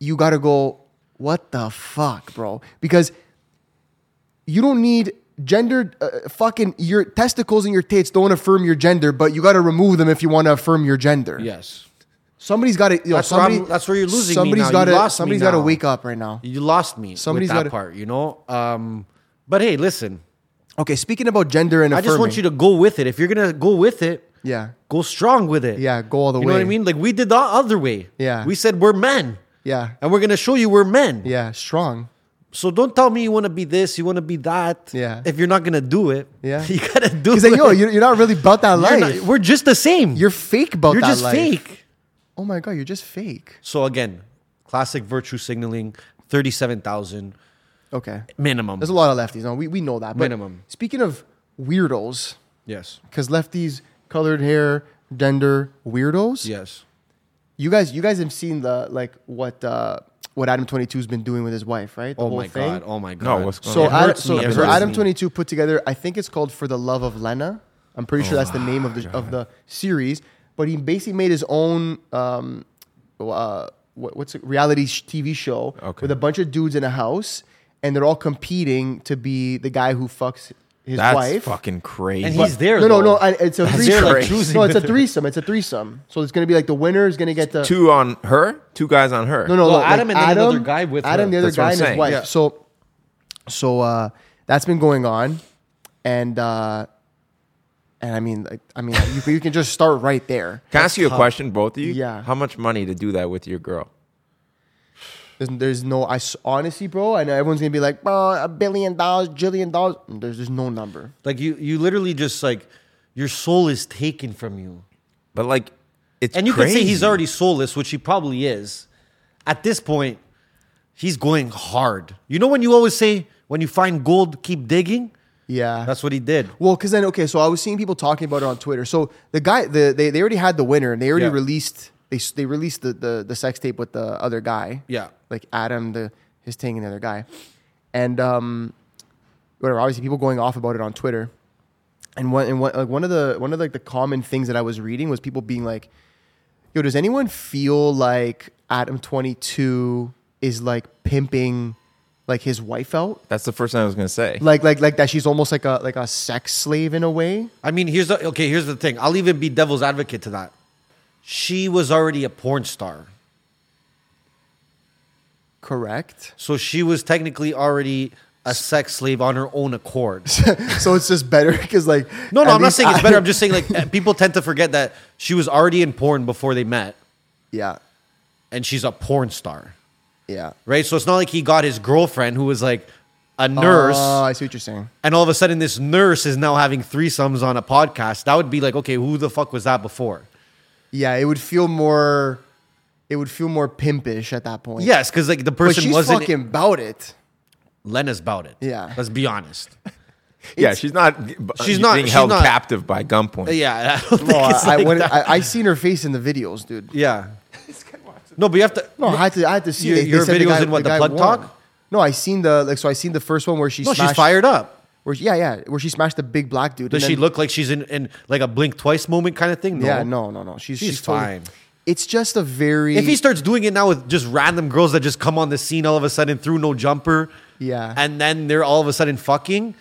[SPEAKER 1] you got to go. What the fuck, bro? Because you don't need gendered uh, fucking your testicles and your tits don't affirm your gender, but you got to remove them if you want to affirm your gender.
[SPEAKER 2] yes.
[SPEAKER 1] somebody's got to. Yo,
[SPEAKER 2] That's what
[SPEAKER 1] somebody,
[SPEAKER 2] I'm- that's where you're losing me
[SPEAKER 1] Somebody's
[SPEAKER 2] now. You
[SPEAKER 1] got to.
[SPEAKER 2] lost me
[SPEAKER 1] Somebody's got to
[SPEAKER 2] now.
[SPEAKER 1] wake up right now.
[SPEAKER 2] You lost me.
[SPEAKER 1] Somebody's
[SPEAKER 2] Somebody's with that
[SPEAKER 1] gotta-
[SPEAKER 2] part. You know. Um, but hey, listen.
[SPEAKER 1] Okay, speaking about gender and
[SPEAKER 2] I
[SPEAKER 1] affirming.
[SPEAKER 2] just want you to go with it. If you're gonna go with it,
[SPEAKER 1] Yeah,
[SPEAKER 2] go strong with it.
[SPEAKER 1] Yeah, go all the
[SPEAKER 2] You know what I
[SPEAKER 1] way.
[SPEAKER 2] mean? Like we did the other way.
[SPEAKER 1] Yeah.
[SPEAKER 2] We said we're men,
[SPEAKER 1] yeah,
[SPEAKER 2] and we're gonna show you we're men.
[SPEAKER 1] yeah. Strong.
[SPEAKER 2] So don't tell me you want to be this, you want to be that.
[SPEAKER 1] Yeah.
[SPEAKER 2] If you're not gonna do it,
[SPEAKER 1] Yeah.
[SPEAKER 2] you gotta do
[SPEAKER 1] He's
[SPEAKER 2] it.
[SPEAKER 1] like, yo, you're you're not really about that
[SPEAKER 2] You're
[SPEAKER 1] life.
[SPEAKER 2] not-
[SPEAKER 1] You're,
[SPEAKER 2] we're just the same.
[SPEAKER 1] fake about
[SPEAKER 2] You're
[SPEAKER 1] that
[SPEAKER 2] just
[SPEAKER 1] life.
[SPEAKER 2] fake.
[SPEAKER 1] Oh my god, you're just fake.
[SPEAKER 2] So again, classic virtue signaling, thirty-seven thousand
[SPEAKER 1] Okay.
[SPEAKER 2] minimum.
[SPEAKER 1] There's a lot of lefties. No, we, we know that. But
[SPEAKER 2] Minimum.
[SPEAKER 1] Speaking of weirdos,
[SPEAKER 2] yes,
[SPEAKER 1] because lefties, colored hair, gender, weirdos.
[SPEAKER 2] yes.
[SPEAKER 1] You guys, you guys have seen the like what uh, what Adam 22's been doing with his wife, right? The
[SPEAKER 2] Oh
[SPEAKER 1] whole
[SPEAKER 2] my
[SPEAKER 1] thing.
[SPEAKER 2] god. Oh my god.
[SPEAKER 3] No, what's going
[SPEAKER 1] So,
[SPEAKER 3] on?
[SPEAKER 2] It
[SPEAKER 1] Adam,
[SPEAKER 2] hurts
[SPEAKER 1] so,
[SPEAKER 2] me. It
[SPEAKER 1] so
[SPEAKER 2] hurts
[SPEAKER 1] Adam
[SPEAKER 2] me.
[SPEAKER 1] 22 put together, I think it's called For the Love of Lena. I'm pretty
[SPEAKER 2] Oh
[SPEAKER 1] sure that's the name of the of the series. But he basically made his own um, uh, what, what's it, reality sh- TV show
[SPEAKER 3] Okay.
[SPEAKER 1] with a bunch of dudes in a house, and they're all competing to be the guy who fucks his
[SPEAKER 3] That's
[SPEAKER 1] wife.
[SPEAKER 3] fucking crazy.
[SPEAKER 2] And he's there.
[SPEAKER 1] no, no,
[SPEAKER 2] though.
[SPEAKER 1] no! I, it's a
[SPEAKER 2] they're,
[SPEAKER 1] threesome.
[SPEAKER 2] like, choosing
[SPEAKER 1] no, it's a
[SPEAKER 2] the-
[SPEAKER 1] threesome. It's a threesome. So it's gonna be like the winner is gonna get the
[SPEAKER 3] two on her, two guys on her.
[SPEAKER 1] no, no,
[SPEAKER 2] No,
[SPEAKER 1] look, like
[SPEAKER 2] Adam and then another guy with
[SPEAKER 1] Adam,
[SPEAKER 2] her.
[SPEAKER 1] the other
[SPEAKER 3] That's what
[SPEAKER 1] guy
[SPEAKER 3] I'm
[SPEAKER 1] and his
[SPEAKER 3] saying.
[SPEAKER 1] wife.
[SPEAKER 2] Yeah.
[SPEAKER 1] So, so uh, that's been going on, and uh, and I mean, like, I mean, you, you can just start right there.
[SPEAKER 3] Can I ask you a question, both of you?
[SPEAKER 1] Yeah.
[SPEAKER 3] How much money to do that with your girl?
[SPEAKER 1] There's, there's no, I s- honestly, bro. I know everyone's gonna be like, bro, a billion dollars, jillion dollars. Mm, There's just no number.
[SPEAKER 2] Like you, you literally just like your soul is taken from you.
[SPEAKER 3] But like, it's
[SPEAKER 2] And you
[SPEAKER 3] crazy.
[SPEAKER 2] could say he's already soulless, which he probably is. At this point, he's going hard. You know when you always say, when you find gold, keep digging?
[SPEAKER 1] Yeah,
[SPEAKER 2] That's what he did.
[SPEAKER 1] Well, because then okay, so I was seeing people talking about it on Twitter. So the guy, the they, they already had the winner, and they already
[SPEAKER 2] Yeah.
[SPEAKER 1] released they s- they released the, the the sex tape with the other guy.
[SPEAKER 2] Yeah.
[SPEAKER 1] like Adam, the his thing, and the other guy, and um, whatever. Obviously, people going off about it on Twitter, and one and one like one of the one of like the common things that I was reading was people being like, "Yo, does anyone feel like Adam twenty two is like pimping like his wife out?"
[SPEAKER 3] That's the first thing I was gonna say.
[SPEAKER 1] Like, like, like that. She's almost like a like a sex slave in a way.
[SPEAKER 2] I mean, here's the, okay, here's the thing. I'll even be devil's advocate to that. She was already a porn star.
[SPEAKER 1] Correct.
[SPEAKER 2] So she was technically already a sex slave on her own accord.
[SPEAKER 1] so it's just better because, like,
[SPEAKER 2] No, no,
[SPEAKER 1] at
[SPEAKER 2] I'm not
[SPEAKER 1] least
[SPEAKER 2] saying it's
[SPEAKER 1] I-
[SPEAKER 2] better. I'm just saying like eh, people tend to forget that she was already in porn before they met
[SPEAKER 1] yeah,
[SPEAKER 2] and she's a porn star.
[SPEAKER 1] yeah.
[SPEAKER 2] right? So it's not like he got his girlfriend who was like a nurse,
[SPEAKER 1] Oh, I see what you're saying.
[SPEAKER 2] and all of a sudden this nurse is now having threesomes on a podcast. That would be like, okay, who the fuck was that before?
[SPEAKER 1] Yeah, it would feel more. It would feel more pimpish at that point.
[SPEAKER 2] Yes, because like the
[SPEAKER 1] but
[SPEAKER 2] person
[SPEAKER 1] she's
[SPEAKER 2] wasn't
[SPEAKER 1] fucking about it.
[SPEAKER 2] Lena's about it.
[SPEAKER 1] Yeah.
[SPEAKER 2] let's be honest.
[SPEAKER 3] yeah, she's not. uh,
[SPEAKER 2] She's not-
[SPEAKER 3] being
[SPEAKER 2] she's
[SPEAKER 3] held
[SPEAKER 2] not- Uh,
[SPEAKER 3] captive by gunpoint.
[SPEAKER 2] Yeah, I don't think
[SPEAKER 1] Oh, I,
[SPEAKER 2] it's like
[SPEAKER 1] I, wouldn't-
[SPEAKER 2] that.
[SPEAKER 1] I, I seen her face in the videos, dude.
[SPEAKER 2] yeah. No, but you have to.
[SPEAKER 1] No, I had to. I had to see
[SPEAKER 2] Your-
[SPEAKER 1] it. They
[SPEAKER 2] your
[SPEAKER 1] said the
[SPEAKER 2] videos
[SPEAKER 1] guy-
[SPEAKER 2] in what, the
[SPEAKER 1] guy
[SPEAKER 2] plug
[SPEAKER 1] won.
[SPEAKER 2] talk?
[SPEAKER 1] No, I seen the like. So I seen the first one where she.
[SPEAKER 2] No, she's
[SPEAKER 1] smashed-
[SPEAKER 2] fired up.
[SPEAKER 1] Where she, yeah, yeah, where she smashed the big black dude.
[SPEAKER 2] Does
[SPEAKER 1] and
[SPEAKER 2] she
[SPEAKER 1] then-
[SPEAKER 2] look like she's in, in like a blink twice moment kind of thing? No.
[SPEAKER 1] Yeah, no, no, no. She's
[SPEAKER 2] She's
[SPEAKER 1] totally-
[SPEAKER 2] fine.
[SPEAKER 1] it's just a very.
[SPEAKER 2] If he starts doing it now with just random girls that just come on the scene all of a sudden through no jumper,
[SPEAKER 1] Yeah.
[SPEAKER 2] and then they're all of a sudden fucking.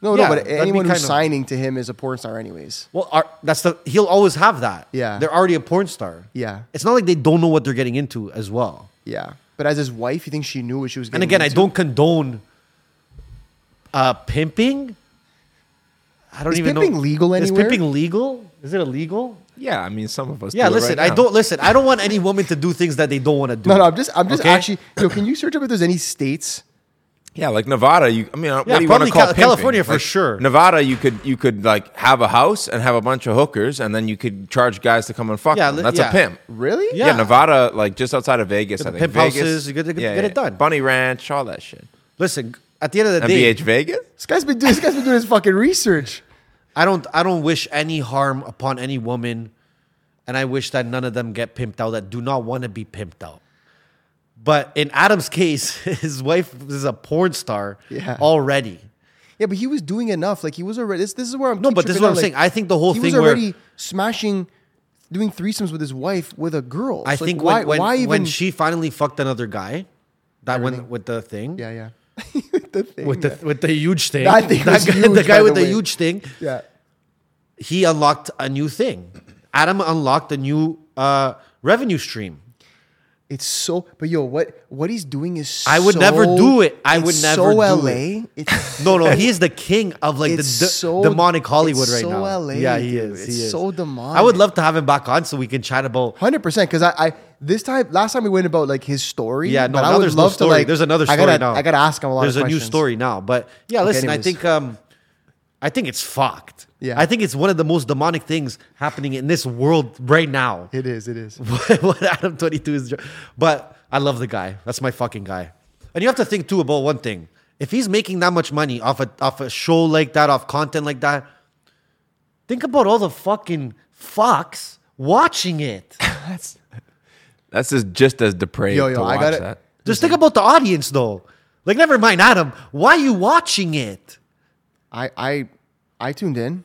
[SPEAKER 1] no,
[SPEAKER 2] yeah,
[SPEAKER 1] no, but
[SPEAKER 2] that'd be
[SPEAKER 1] anyone who's
[SPEAKER 2] kind of-
[SPEAKER 1] signing to him is a porn star, anyways.
[SPEAKER 2] Well, are, that's the he'll always have that.
[SPEAKER 1] Yeah.
[SPEAKER 2] they're already a porn star.
[SPEAKER 1] Yeah.
[SPEAKER 2] it's not like they don't know what they're getting into as well.
[SPEAKER 1] Yeah, but as his wife, you think she knew what she was.
[SPEAKER 2] And
[SPEAKER 1] Getting
[SPEAKER 2] again, I
[SPEAKER 1] into?
[SPEAKER 2] don't condone uh, pimping. I don't
[SPEAKER 1] Is
[SPEAKER 2] even
[SPEAKER 1] pimping
[SPEAKER 2] know.
[SPEAKER 1] legal
[SPEAKER 2] Is
[SPEAKER 1] anywhere?
[SPEAKER 2] pimping legal? Is it illegal?
[SPEAKER 3] Yeah, I mean, some of us.
[SPEAKER 2] Yeah,
[SPEAKER 3] do it
[SPEAKER 2] listen,
[SPEAKER 3] right
[SPEAKER 2] I
[SPEAKER 3] now.
[SPEAKER 2] don't listen. I don't want any woman to do things that they don't want to do.
[SPEAKER 1] No, no, I'm just, I'm just
[SPEAKER 2] Okay?
[SPEAKER 1] actually. Yo, can you search up if there's any states?
[SPEAKER 3] Yeah, like Nevada. You, I mean,
[SPEAKER 2] Yeah,
[SPEAKER 3] uh, what do you want
[SPEAKER 2] probably
[SPEAKER 3] to call
[SPEAKER 2] Cal-
[SPEAKER 3] pimping?
[SPEAKER 2] California for
[SPEAKER 3] Like,
[SPEAKER 2] sure.
[SPEAKER 3] Nevada, you could you could like have a house and have a bunch of hookers, and then you could charge guys to come and fuck.
[SPEAKER 2] Yeah,
[SPEAKER 3] Yeah,
[SPEAKER 2] li-
[SPEAKER 3] them. that's
[SPEAKER 2] yeah.
[SPEAKER 3] a pimp.
[SPEAKER 1] Really?
[SPEAKER 3] Yeah.
[SPEAKER 2] Yeah.
[SPEAKER 3] Nevada, like just outside of Vegas, I
[SPEAKER 2] the
[SPEAKER 3] think.
[SPEAKER 2] pimp
[SPEAKER 3] Vegas,
[SPEAKER 2] houses, you get- you get- get it done.
[SPEAKER 3] Bunny Ranch, all that shit.
[SPEAKER 2] Listen, at the end of the day,
[SPEAKER 3] MBH Vegas.
[SPEAKER 1] This guy's been doing. This guy's been doing his fucking research.
[SPEAKER 2] I don't I don't wish any harm upon any woman, and I wish that none of them get pimped out that do not want to be pimped out. But in Adam's case, his wife is a porn star
[SPEAKER 1] Yeah.
[SPEAKER 2] already.
[SPEAKER 1] Yeah, but he was doing enough. Like he was already. This, this is where I'm.
[SPEAKER 2] No,
[SPEAKER 1] keep
[SPEAKER 2] but this is
[SPEAKER 1] tripping
[SPEAKER 2] what
[SPEAKER 1] out,
[SPEAKER 2] I'm
[SPEAKER 1] like,
[SPEAKER 2] saying. I think the whole
[SPEAKER 1] he
[SPEAKER 2] thing
[SPEAKER 1] was
[SPEAKER 2] where-
[SPEAKER 1] already smashing, doing threesomes with his wife with a girl.
[SPEAKER 2] I
[SPEAKER 1] So, like,
[SPEAKER 2] think
[SPEAKER 1] why,
[SPEAKER 2] when, when,
[SPEAKER 1] why even?
[SPEAKER 2] when she finally fucked another guy, that went with the thing.
[SPEAKER 1] yeah, yeah. With the thing,
[SPEAKER 2] With
[SPEAKER 1] yeah.
[SPEAKER 2] the with the huge thing,
[SPEAKER 1] That thing was
[SPEAKER 2] guy,
[SPEAKER 1] huge,
[SPEAKER 2] the guy
[SPEAKER 1] by
[SPEAKER 2] with
[SPEAKER 1] the
[SPEAKER 2] the
[SPEAKER 1] way.
[SPEAKER 2] huge thing,
[SPEAKER 1] yeah.
[SPEAKER 2] he unlocked a new thing. Adam unlocked a new uh, revenue stream.
[SPEAKER 1] It's so, but yo, what what he's doing is
[SPEAKER 2] I would
[SPEAKER 1] so-
[SPEAKER 2] never do it. I
[SPEAKER 1] it's
[SPEAKER 2] would never
[SPEAKER 1] so
[SPEAKER 2] do
[SPEAKER 1] LA.
[SPEAKER 2] it.
[SPEAKER 1] It's,
[SPEAKER 2] No, no, he is the king of like the
[SPEAKER 1] It's
[SPEAKER 2] de-
[SPEAKER 1] so-
[SPEAKER 2] demonic Hollywood
[SPEAKER 1] it's
[SPEAKER 2] right
[SPEAKER 1] so
[SPEAKER 2] now.
[SPEAKER 1] LA,
[SPEAKER 2] yeah, he
[SPEAKER 1] dude.
[SPEAKER 2] is.
[SPEAKER 1] It's
[SPEAKER 2] he is.
[SPEAKER 1] so demonic.
[SPEAKER 2] I would love to have him back on so we can chat about.
[SPEAKER 1] Hundred percent, because I, I this time last time we went about like his story.
[SPEAKER 2] Yeah, no,
[SPEAKER 1] but
[SPEAKER 2] now
[SPEAKER 1] I would
[SPEAKER 2] there's no
[SPEAKER 1] love
[SPEAKER 2] story.
[SPEAKER 1] to like.
[SPEAKER 2] there's another
[SPEAKER 1] I
[SPEAKER 2] story
[SPEAKER 1] gotta,
[SPEAKER 2] now.
[SPEAKER 1] I gotta ask him a lot.
[SPEAKER 2] There's
[SPEAKER 1] of
[SPEAKER 2] a new
[SPEAKER 1] questions.
[SPEAKER 2] story now, but yeah, listen, I
[SPEAKER 1] anyways.
[SPEAKER 2] think um, I think it's fucked.
[SPEAKER 1] Yeah.
[SPEAKER 2] I think it's one of the most demonic things happening in this world right now.
[SPEAKER 1] It is. It is.
[SPEAKER 2] what, what Adam 22 is. dr- But I love the guy. That's my fucking guy. And you have to think too about one thing. If he's making that much money off a, off a show like that, off content like that, think about all the fucking fucks watching it.
[SPEAKER 3] That's just, just as depraved
[SPEAKER 1] Yo, yo,
[SPEAKER 3] to
[SPEAKER 1] I
[SPEAKER 3] watch
[SPEAKER 1] gotta-
[SPEAKER 3] that.
[SPEAKER 2] Just think about the audience though. Like, never mind, Adam, why are you watching it?
[SPEAKER 1] I I I tuned in.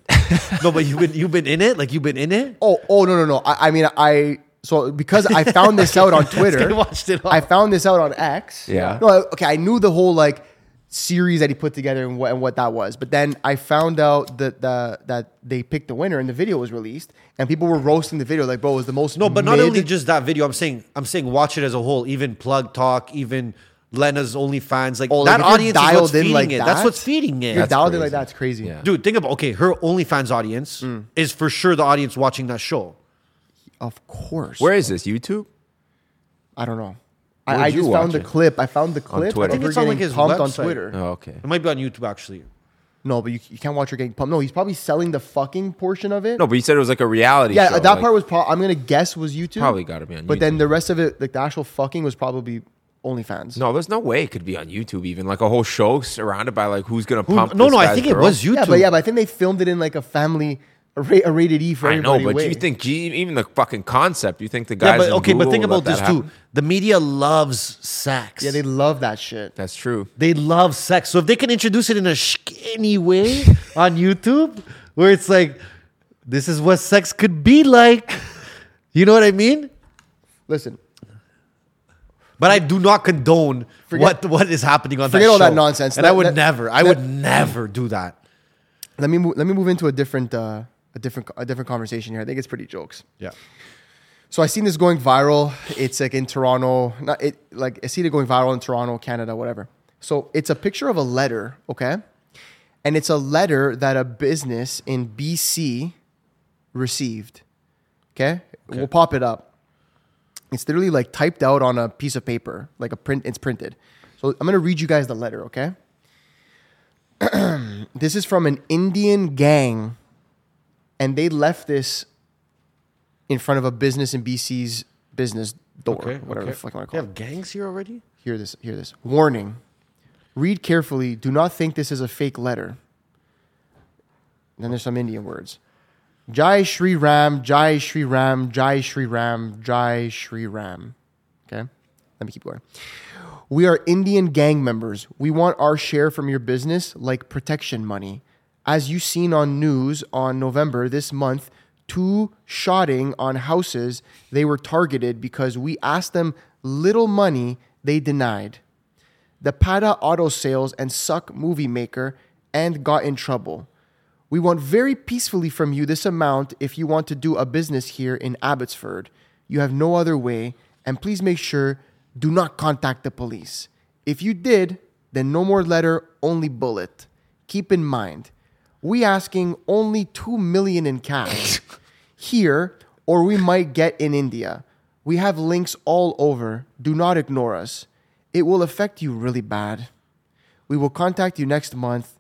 [SPEAKER 2] No, but you've been, you've been in it? Like, you've been in it?
[SPEAKER 1] Oh oh no no no. I, I mean I so because I found this out on Twitter.
[SPEAKER 2] I watched it all.
[SPEAKER 1] I found this out on X.
[SPEAKER 3] Yeah.
[SPEAKER 1] No. I- Okay. I knew the whole like series that he put together and what and what that was, but then I found out that the that they picked the winner and the video was released and people were roasting the video like, bro, it was the most
[SPEAKER 2] No, but not
[SPEAKER 1] mid-
[SPEAKER 2] only just that video. I'm saying, I'm saying, watch it as a whole. Even plug talk, even Lena's OnlyFans, like
[SPEAKER 1] Oh, like,
[SPEAKER 2] that
[SPEAKER 1] if you're
[SPEAKER 2] audience is what's
[SPEAKER 1] dialed in
[SPEAKER 2] feeding
[SPEAKER 1] like
[SPEAKER 2] it. That's
[SPEAKER 1] that,
[SPEAKER 2] what's feeding it.
[SPEAKER 1] you're dialed in
[SPEAKER 3] crazy.
[SPEAKER 1] like that's crazy.
[SPEAKER 3] Yeah.
[SPEAKER 2] Dude, think about okay, her OnlyFans audience
[SPEAKER 1] Mm.
[SPEAKER 2] is for sure the audience watching that show.
[SPEAKER 1] Of course.
[SPEAKER 3] Where is this YouTube?
[SPEAKER 1] I don't know.
[SPEAKER 3] Where'd
[SPEAKER 1] I, I
[SPEAKER 3] you
[SPEAKER 1] just found
[SPEAKER 3] watch
[SPEAKER 1] the
[SPEAKER 3] it?
[SPEAKER 1] clip. I found the clip.
[SPEAKER 3] Twitter. I
[SPEAKER 1] of
[SPEAKER 3] think
[SPEAKER 1] her
[SPEAKER 2] it's on, like,
[SPEAKER 1] getting
[SPEAKER 2] his
[SPEAKER 1] pumped on
[SPEAKER 2] website.
[SPEAKER 1] Twitter.
[SPEAKER 3] Oh, okay.
[SPEAKER 2] It might be on YouTube actually.
[SPEAKER 1] No, but you, you can't watch her getting pumped. No, he's probably selling the fucking portion of it.
[SPEAKER 3] No, but you said it was like a reality.
[SPEAKER 1] yeah,
[SPEAKER 3] show,
[SPEAKER 1] that
[SPEAKER 3] like-
[SPEAKER 1] part was. Pro- I'm gonna guess was YouTube.
[SPEAKER 3] Probably gotta be on
[SPEAKER 1] But then
[SPEAKER 3] YouTube.
[SPEAKER 1] the rest of it, like the actual fucking, was probably OnlyFans.
[SPEAKER 3] No, there's no way it could be on YouTube. Even like a whole show surrounded by like who's gonna
[SPEAKER 2] No,
[SPEAKER 3] pump.
[SPEAKER 2] no,
[SPEAKER 3] this
[SPEAKER 2] I
[SPEAKER 3] guy's
[SPEAKER 2] think it
[SPEAKER 3] girl?
[SPEAKER 2] was YouTube.
[SPEAKER 1] Yeah, but yeah, but I think they filmed it in like a family, a, ra- a rated E for
[SPEAKER 3] I know,
[SPEAKER 1] everybody.
[SPEAKER 3] but
[SPEAKER 1] way.
[SPEAKER 3] you think gee, even the fucking concept? You think the
[SPEAKER 2] Yeah,
[SPEAKER 3] guys?
[SPEAKER 2] but-
[SPEAKER 3] in
[SPEAKER 2] okay,
[SPEAKER 3] Google
[SPEAKER 2] but think
[SPEAKER 3] will let
[SPEAKER 2] about this
[SPEAKER 3] that
[SPEAKER 2] too.
[SPEAKER 3] happen?
[SPEAKER 2] The media loves sex.
[SPEAKER 1] Yeah, they love that shit.
[SPEAKER 3] That's true.
[SPEAKER 2] They love sex. So if they can introduce it in a skinny way on YouTube, where it's like, this is what sex could be like. You know what I mean?
[SPEAKER 1] Listen,
[SPEAKER 2] But I do not condone
[SPEAKER 1] Forget-
[SPEAKER 2] what what is happening on
[SPEAKER 1] forget
[SPEAKER 2] that
[SPEAKER 1] all that
[SPEAKER 2] show.
[SPEAKER 1] nonsense.
[SPEAKER 2] And I
[SPEAKER 1] That-
[SPEAKER 2] would
[SPEAKER 1] that-
[SPEAKER 2] never, I
[SPEAKER 1] that-
[SPEAKER 2] would never do that.
[SPEAKER 1] let me mo- let me move into a different uh, a different a different conversation here. I think it's pretty jokes.
[SPEAKER 2] Yeah.
[SPEAKER 1] So I seen this going viral. It's like in Toronto. Not it like I seen it going viral in Toronto, Canada, whatever. So it's a picture of a letter, okay? And it's a letter that a business in BC received. Okay? We'll pop it up. It's literally like typed out on a piece of paper, like a print it's printed. So I'm going to read you guys the letter, okay? this is from an Indian gang and they left this in front of a business in BC's business door, whatever the fuck you want to
[SPEAKER 2] They
[SPEAKER 1] call it.
[SPEAKER 2] have gangs here already?
[SPEAKER 1] Hear this, hear this. Warning. Read carefully. Do not think this is a fake letter. Then there's some Indian words. Jai Shri Ram, Jai Shri Ram, Jai Shri Ram, Jai Shri Ram. Okay. Let me keep going. We are Indian gang members. We want our share from your business like protection money. As you seen on news on November this month, two shotting on houses they were targeted because we asked them little money they denied. The Pada Auto Sales and Suck Movie Maker and got in trouble. We want very peacefully from you this amount if you want to do a business here in Abbotsford. You have no other way, and please make sure do not contact the police. If you did, then no more letter, only bullet. Keep in mind, we asking only 2 million in cash here or we might get in India. We have links all over. Do not ignore us. It will affect you really bad. We will contact you next month.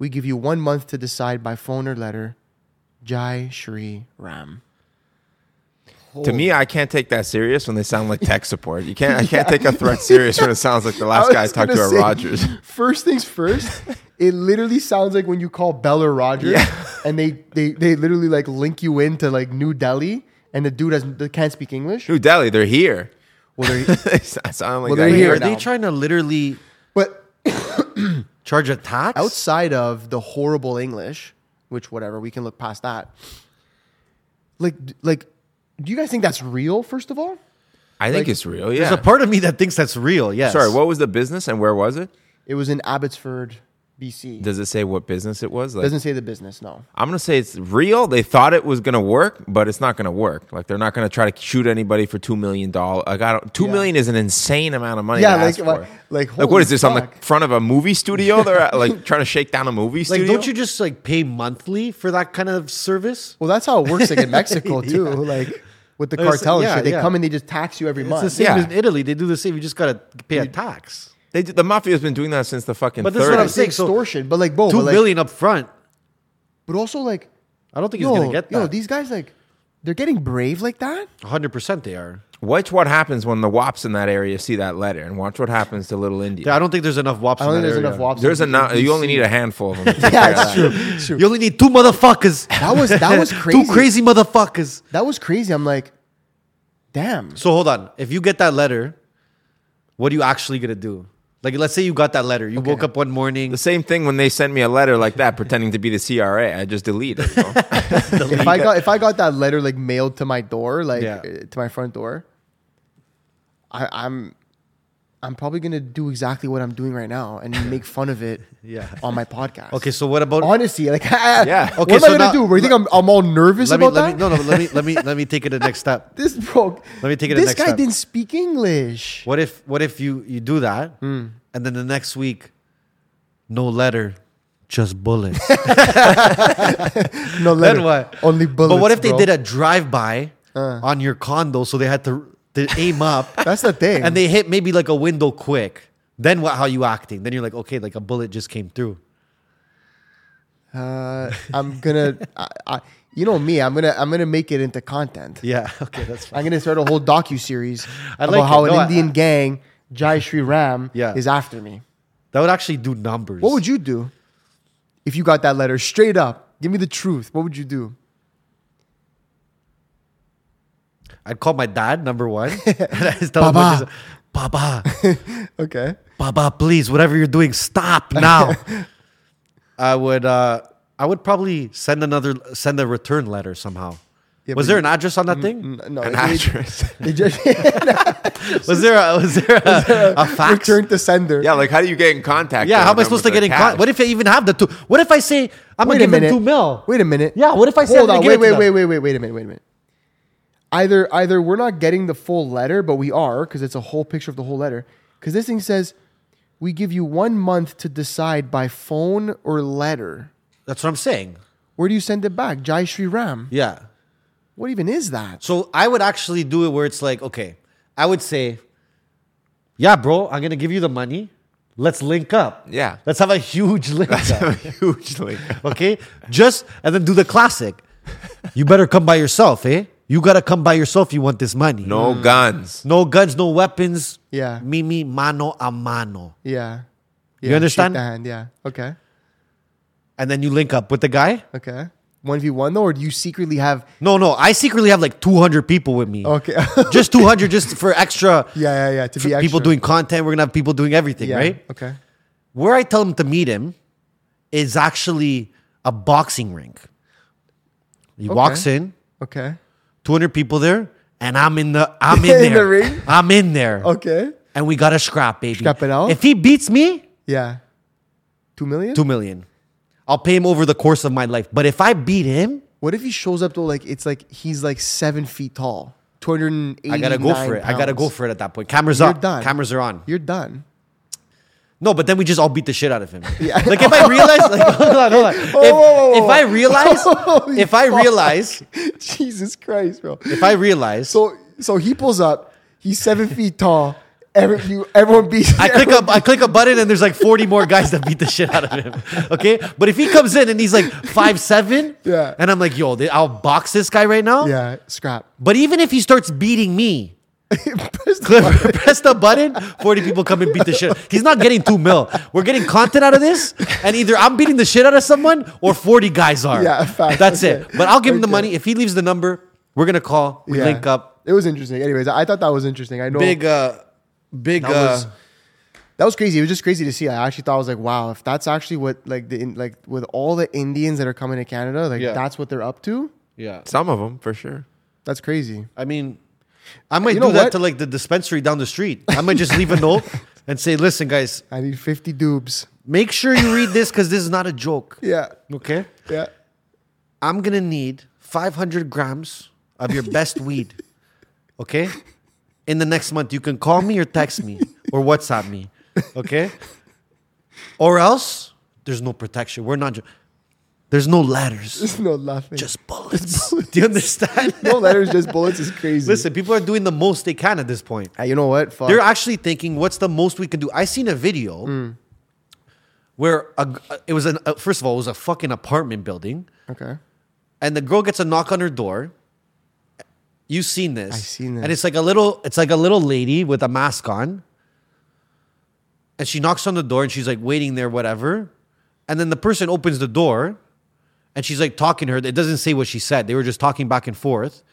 [SPEAKER 1] We give you one month to decide by phone or letter. Jai Shri Ram.
[SPEAKER 3] To me, I can't take that serious when they sound like tech support. You can't. I can't take a threat serious when it sounds like the last guy I
[SPEAKER 1] was
[SPEAKER 3] talked to
[SPEAKER 1] gonna
[SPEAKER 3] are
[SPEAKER 1] say,
[SPEAKER 3] Rogers.
[SPEAKER 1] First things first, it literally sounds like when you call Bell or Rogers, and they, they they literally like link you into like New Delhi, and the dude has they can't speak English.
[SPEAKER 3] New Delhi, they're here.
[SPEAKER 1] Well, they're-
[SPEAKER 3] they sound like
[SPEAKER 1] Well,
[SPEAKER 3] they're
[SPEAKER 1] they're
[SPEAKER 3] here.
[SPEAKER 2] Are they
[SPEAKER 1] now.
[SPEAKER 2] trying to literally
[SPEAKER 1] but
[SPEAKER 2] charge a tax?
[SPEAKER 1] outside of the horrible English, which whatever we can look past that. Like d- like, do you guys think that's real? First of all,
[SPEAKER 3] I think
[SPEAKER 1] Like,
[SPEAKER 3] it's real.
[SPEAKER 2] There's
[SPEAKER 3] Yeah.
[SPEAKER 2] a part of me that thinks that's real. Yes.
[SPEAKER 3] Sorry, what was the business and where was it?
[SPEAKER 1] it was in Abbotsford, BC.
[SPEAKER 3] Does it say what business it was? Like,
[SPEAKER 1] Doesn't say the business. No.
[SPEAKER 3] I'm gonna say it's real. They thought it was gonna work, but it's not gonna work. Like they're not gonna try to shoot anybody for two million dollars. Like I don't, two
[SPEAKER 1] Yeah.
[SPEAKER 3] million is an insane amount of money.
[SPEAKER 1] Yeah,
[SPEAKER 3] to
[SPEAKER 1] like-
[SPEAKER 3] ask for.
[SPEAKER 1] like- like,
[SPEAKER 3] what
[SPEAKER 1] holy
[SPEAKER 3] is this on
[SPEAKER 1] fuck.
[SPEAKER 3] the front of a movie studio? They're at, like trying to shake down a movie
[SPEAKER 2] Like,
[SPEAKER 3] studio.
[SPEAKER 2] don't you just like pay monthly for that kind of service?
[SPEAKER 1] Well, that's how it works like in Mexico too. Like with the
[SPEAKER 2] It's-
[SPEAKER 1] cartel and
[SPEAKER 2] yeah,
[SPEAKER 1] shit, they
[SPEAKER 2] yeah.
[SPEAKER 1] come and they just tax you every
[SPEAKER 2] It's the
[SPEAKER 1] month.
[SPEAKER 2] same
[SPEAKER 3] Yeah.
[SPEAKER 2] as in Italy. They do the same. You just gotta pay a tax.
[SPEAKER 3] They did, the mafia's been doing that since the fucking.
[SPEAKER 2] But
[SPEAKER 3] 30s.
[SPEAKER 2] this is what I'm
[SPEAKER 1] It's like
[SPEAKER 2] saying, so
[SPEAKER 1] extortion, but like, bro,
[SPEAKER 2] Two
[SPEAKER 1] but, like-
[SPEAKER 2] billion up front.
[SPEAKER 1] but also like,
[SPEAKER 2] I don't think
[SPEAKER 1] yo,
[SPEAKER 2] he's gonna get
[SPEAKER 1] yo,
[SPEAKER 2] that.
[SPEAKER 1] these guys like, they're getting brave like that.
[SPEAKER 2] Hundred percent, they are.
[SPEAKER 3] Watch what happens when the wops in that area see that letter, and watch what happens to little India.
[SPEAKER 2] Yeah, I don't think there's enough wops.
[SPEAKER 1] I don't
[SPEAKER 2] in
[SPEAKER 1] think
[SPEAKER 2] that
[SPEAKER 1] there's
[SPEAKER 2] area.
[SPEAKER 1] enough wops.
[SPEAKER 3] There's
[SPEAKER 1] in
[SPEAKER 3] enough.
[SPEAKER 1] BC.
[SPEAKER 3] You only need a handful of them.
[SPEAKER 1] Yeah, it's true. It's true.
[SPEAKER 2] You only need two motherfuckers.
[SPEAKER 1] That was that was crazy.
[SPEAKER 2] Two crazy motherfuckers.
[SPEAKER 1] That was crazy. I'm like, damn.
[SPEAKER 2] So hold on. If you get that letter, what are you actually gonna do? Like, let's say you got that letter. You woke up one morning.
[SPEAKER 3] The same thing when they sent me a letter like that, pretending to be the CRA. I just delete it. you know?
[SPEAKER 1] If I got if I got that letter like mailed to my door, like
[SPEAKER 2] Yeah.
[SPEAKER 1] uh, to my front door, I, I'm I'm probably gonna do exactly what I'm doing right now and make fun of it
[SPEAKER 2] Yeah.
[SPEAKER 1] on my podcast.
[SPEAKER 2] Okay, so what about?
[SPEAKER 1] Honestly, like,
[SPEAKER 3] Yeah.
[SPEAKER 1] yeah. what
[SPEAKER 2] Okay,
[SPEAKER 1] am
[SPEAKER 2] so
[SPEAKER 1] I gonna
[SPEAKER 2] now-
[SPEAKER 1] do? Bro, you think I'm, I'm all nervous
[SPEAKER 2] Let me,
[SPEAKER 1] about
[SPEAKER 2] let me,
[SPEAKER 1] that?
[SPEAKER 2] no, no. Let me, let me, let me take it the next step.
[SPEAKER 1] This bro.
[SPEAKER 2] Let me take it to
[SPEAKER 1] This
[SPEAKER 2] next
[SPEAKER 1] guy
[SPEAKER 2] step.
[SPEAKER 1] didn't speak English.
[SPEAKER 2] What if, what if you you do that, and then the next week, no letter, just bullets.
[SPEAKER 1] No, letter.
[SPEAKER 2] then what?
[SPEAKER 1] Only bullets.
[SPEAKER 2] But what if they
[SPEAKER 1] bro.
[SPEAKER 2] did a drive by
[SPEAKER 1] Uh.
[SPEAKER 2] on your condo, so they had to to aim up?
[SPEAKER 1] That's the thing.
[SPEAKER 2] and they hit maybe like a window quick. Then what? How you acting? Then you're like, okay, like a bullet just came through.
[SPEAKER 1] uh, I'm gonna. I, I, you know me. I'm gonna. I'm gonna make it into content.
[SPEAKER 2] Yeah. Okay, that's fine.
[SPEAKER 1] I'm gonna start a whole docu series
[SPEAKER 2] I
[SPEAKER 1] about
[SPEAKER 2] like
[SPEAKER 1] how
[SPEAKER 2] it.
[SPEAKER 1] an
[SPEAKER 2] No, I-
[SPEAKER 1] Indian gang, Jai Shri Ram,
[SPEAKER 2] Yeah.
[SPEAKER 1] is after me.
[SPEAKER 2] That would actually do numbers.
[SPEAKER 1] What would you do if you got that letter straight up? Give me the truth. What would you do?
[SPEAKER 2] I'd call my dad number one. and I just tell him,
[SPEAKER 1] Baba.
[SPEAKER 2] what is- Baba,
[SPEAKER 1] Okay.
[SPEAKER 2] Baba, please, whatever you're doing, stop now. I would, uh, I would probably send another, send a return letter somehow.
[SPEAKER 1] Yeah,
[SPEAKER 2] was
[SPEAKER 1] but
[SPEAKER 2] there
[SPEAKER 1] you- Mm,
[SPEAKER 2] an address on that thing?
[SPEAKER 1] No.
[SPEAKER 3] An
[SPEAKER 1] it- it-
[SPEAKER 3] actress.
[SPEAKER 1] it just-
[SPEAKER 2] Was there, a, was there a, a fax?
[SPEAKER 1] return to sender.
[SPEAKER 3] yeah, like how do you get in contact?
[SPEAKER 2] yeah,
[SPEAKER 3] though
[SPEAKER 2] how am I
[SPEAKER 3] with
[SPEAKER 2] supposed to
[SPEAKER 3] them
[SPEAKER 2] get in
[SPEAKER 3] with the
[SPEAKER 2] contact?
[SPEAKER 3] cash?
[SPEAKER 2] What if I even have the two? What if I say I'm gonna
[SPEAKER 1] Wait a
[SPEAKER 2] give him
[SPEAKER 1] minute.
[SPEAKER 2] two mil?
[SPEAKER 1] Wait a minute.
[SPEAKER 2] Yeah, what if I say I'm
[SPEAKER 1] hold
[SPEAKER 2] gonna
[SPEAKER 1] on?
[SPEAKER 2] give
[SPEAKER 1] Wait,
[SPEAKER 2] it to
[SPEAKER 1] wait,
[SPEAKER 2] them?
[SPEAKER 1] wait, wait, wait, wait a minute, wait a minute. Either, either we're not getting the full letter, but we are because it's a whole picture of the whole letter. Because this thing says, "We give you one month to decide by phone or letter."
[SPEAKER 2] That's what I'm saying.
[SPEAKER 1] Where do you send it back, Jai Shri Ram?
[SPEAKER 2] Yeah.
[SPEAKER 1] What even is that?
[SPEAKER 2] So I would actually do it where it's like, okay, I would say, yeah, bro, I'm gonna give you the money. Let's link up.
[SPEAKER 3] Yeah.
[SPEAKER 2] Let's have a huge link up.
[SPEAKER 3] Hugely.
[SPEAKER 2] okay. Just and then do the classic. You better come by yourself, eh? You gotta come by yourself. if You want this money?
[SPEAKER 3] No guns.
[SPEAKER 2] No guns, no weapons.
[SPEAKER 1] Yeah.
[SPEAKER 2] Mimi mano a mano.
[SPEAKER 1] Yeah, yeah
[SPEAKER 2] understand?
[SPEAKER 1] shake the hand, Yeah. Okay.
[SPEAKER 2] And then you link up with the guy.
[SPEAKER 1] Okay. one v one though, or do you secretly have?
[SPEAKER 2] No, no, I secretly have like 200 people with me.
[SPEAKER 1] Okay.
[SPEAKER 2] just 200 just for extra
[SPEAKER 1] Yeah, yeah, yeah. To
[SPEAKER 2] for
[SPEAKER 1] be extra.
[SPEAKER 2] people doing content. We're going to have people doing everything,
[SPEAKER 1] yeah.
[SPEAKER 2] right?
[SPEAKER 1] Okay.
[SPEAKER 2] Where I tell them to meet him is actually a boxing rink. He walks in,
[SPEAKER 1] Okay.
[SPEAKER 2] 200 people there, and I'm in the I'm in, there.
[SPEAKER 1] In the ring?
[SPEAKER 2] I'm in there.
[SPEAKER 1] Okay.
[SPEAKER 2] And we got to scrap, baby.
[SPEAKER 1] Scrap it out?
[SPEAKER 2] If he beats me,
[SPEAKER 1] Yeah. Two million.
[SPEAKER 2] 2 million. I'll pay him over the course of my life. But if I beat him,
[SPEAKER 1] What if he shows up though? Like it's like he's like seven feet tall, two hundred and eighty.
[SPEAKER 2] I gotta go for it. I gotta go for it at that point. Cameras
[SPEAKER 1] You're
[SPEAKER 2] up.
[SPEAKER 1] done.
[SPEAKER 2] Cameras are on.
[SPEAKER 1] You're done.
[SPEAKER 2] No, but then we just all beat the shit out of him. Like if I realize, like, hold on, hold on. If,
[SPEAKER 1] whoa, whoa,
[SPEAKER 2] if I realize,
[SPEAKER 1] Holy
[SPEAKER 2] if I
[SPEAKER 1] fuck.
[SPEAKER 2] realize,
[SPEAKER 1] Jesus Christ, bro.
[SPEAKER 2] if I realize,
[SPEAKER 1] So so he pulls up. He's seven feet tall. Every, you, everyone beats.
[SPEAKER 2] I click up, I click a button, and there's like 40 more guys that beat the shit out of him. Okay, but if he comes in and he's like five seven,
[SPEAKER 1] Yeah.
[SPEAKER 2] and I'm like, yo, th- I'll box this guy right now.
[SPEAKER 1] Yeah, scrap.
[SPEAKER 2] But even if he starts beating me,
[SPEAKER 1] Press the
[SPEAKER 2] click, press the button, 40 people come and beat the shit. He's not getting two mil. We're getting content out of this, and either I'm beating the shit out of someone or 40 guys are.
[SPEAKER 1] Yeah, fact.
[SPEAKER 2] That's it.
[SPEAKER 1] Okay.
[SPEAKER 2] But I'll give him the
[SPEAKER 1] Okay.
[SPEAKER 2] money. If he leaves the number, we're gonna call, we
[SPEAKER 1] Yeah.
[SPEAKER 2] link up.
[SPEAKER 1] It was interesting. Anyways, I thought that was interesting. I know
[SPEAKER 2] Big uh big
[SPEAKER 1] that was
[SPEAKER 2] uh
[SPEAKER 1] that was crazy. It was just crazy to see. I actually thought I was like, wow, if that's actually what like the in- like with all the Indians that are coming to Canada, like
[SPEAKER 2] Yeah.
[SPEAKER 1] that's what they're up to.
[SPEAKER 2] Yeah.
[SPEAKER 3] Some of them, for sure.
[SPEAKER 1] That's crazy.
[SPEAKER 2] I mean I might
[SPEAKER 1] You
[SPEAKER 2] do
[SPEAKER 1] know
[SPEAKER 2] that
[SPEAKER 1] what?
[SPEAKER 2] to like the dispensary down the street. I might just leave a note and say, listen guys,
[SPEAKER 1] I need fifty dubs.
[SPEAKER 2] make sure you read this because this is not a joke.
[SPEAKER 1] Yeah,
[SPEAKER 2] Okay?
[SPEAKER 1] yeah.
[SPEAKER 2] I'm gonna need 500 grams of your best weed. Okay, in the next month, you can call me or text me or WhatsApp me. Okay, or else there's no protection. We're not. Ju- there's no ladders,
[SPEAKER 1] There's no laughing.
[SPEAKER 2] just bullets. Do you understand?
[SPEAKER 1] no letters, just bullets is crazy.
[SPEAKER 2] Listen, people are doing the most they can at this point.
[SPEAKER 1] Hey, you know what? Fuck.
[SPEAKER 2] They're actually thinking, what's the most we can do? I seen a video where a g it was an uh, first of all, it was a fucking apartment building
[SPEAKER 1] okay.
[SPEAKER 2] and the girl gets a knock on her door. You've seen this.
[SPEAKER 1] I've seen this.
[SPEAKER 2] And it's like a little, it's like a little lady with a mask on. And she knocks on the door and she's like waiting there, whatever. And then the person opens the door and she's like talking to her. It doesn't say what she said. They were just talking back and forth.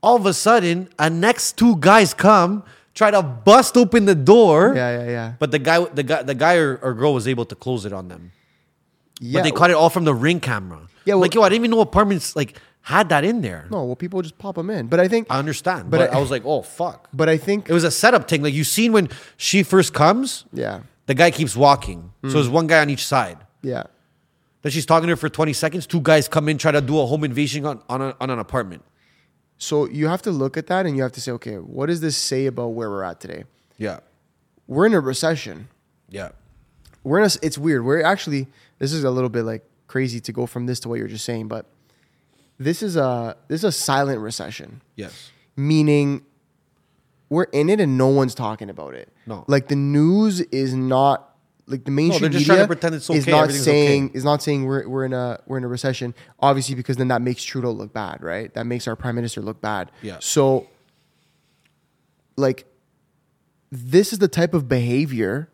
[SPEAKER 2] All of a sudden, a next two guys come, try to bust open the door.
[SPEAKER 1] Yeah, yeah, yeah.
[SPEAKER 2] But the guy, the guy, the guy or, or girl was able to close it on them.
[SPEAKER 1] Yeah.
[SPEAKER 2] But they caught it all from the ring camera.
[SPEAKER 1] Yeah, well-
[SPEAKER 2] like yo, I didn't even know apartments like had that in there.
[SPEAKER 1] no, well, people just pop them in. But I think,
[SPEAKER 2] I understand,
[SPEAKER 1] But
[SPEAKER 2] but,
[SPEAKER 1] I-
[SPEAKER 2] I, was like, oh fuck.
[SPEAKER 1] but I think,
[SPEAKER 2] It was a setup thing. Like you seen when she first comes,
[SPEAKER 1] yeah,
[SPEAKER 2] the guy keeps walking. So
[SPEAKER 1] Mm.
[SPEAKER 2] there's one guy on each side.
[SPEAKER 1] yeah.
[SPEAKER 2] Then she's talking to her for 20 seconds. Two guys come in, try to do a home invasion on on, a, on an apartment.
[SPEAKER 1] So you have to look at that and you have to say, okay, what does this say about where we're at today?
[SPEAKER 2] Yeah,
[SPEAKER 1] We're in a recession.
[SPEAKER 2] yeah,
[SPEAKER 1] we're in a, it's weird. We're actually this is a little bit like crazy to go from this to what you're just saying, but this is a this is a silent recession,
[SPEAKER 2] yes,
[SPEAKER 1] meaning we're in it and no one's talking about it.
[SPEAKER 2] No.
[SPEAKER 1] like the news is not like the mainstream
[SPEAKER 2] just
[SPEAKER 1] media
[SPEAKER 2] trying to pretend it's
[SPEAKER 1] is
[SPEAKER 2] okay,
[SPEAKER 1] not
[SPEAKER 2] everything's
[SPEAKER 1] saying is not saying we're we're in a we're in a recession. Obviously, because then that makes Trudeau look bad, right? That makes our prime minister look bad.
[SPEAKER 2] Yeah.
[SPEAKER 1] So, like, this is the type of behavior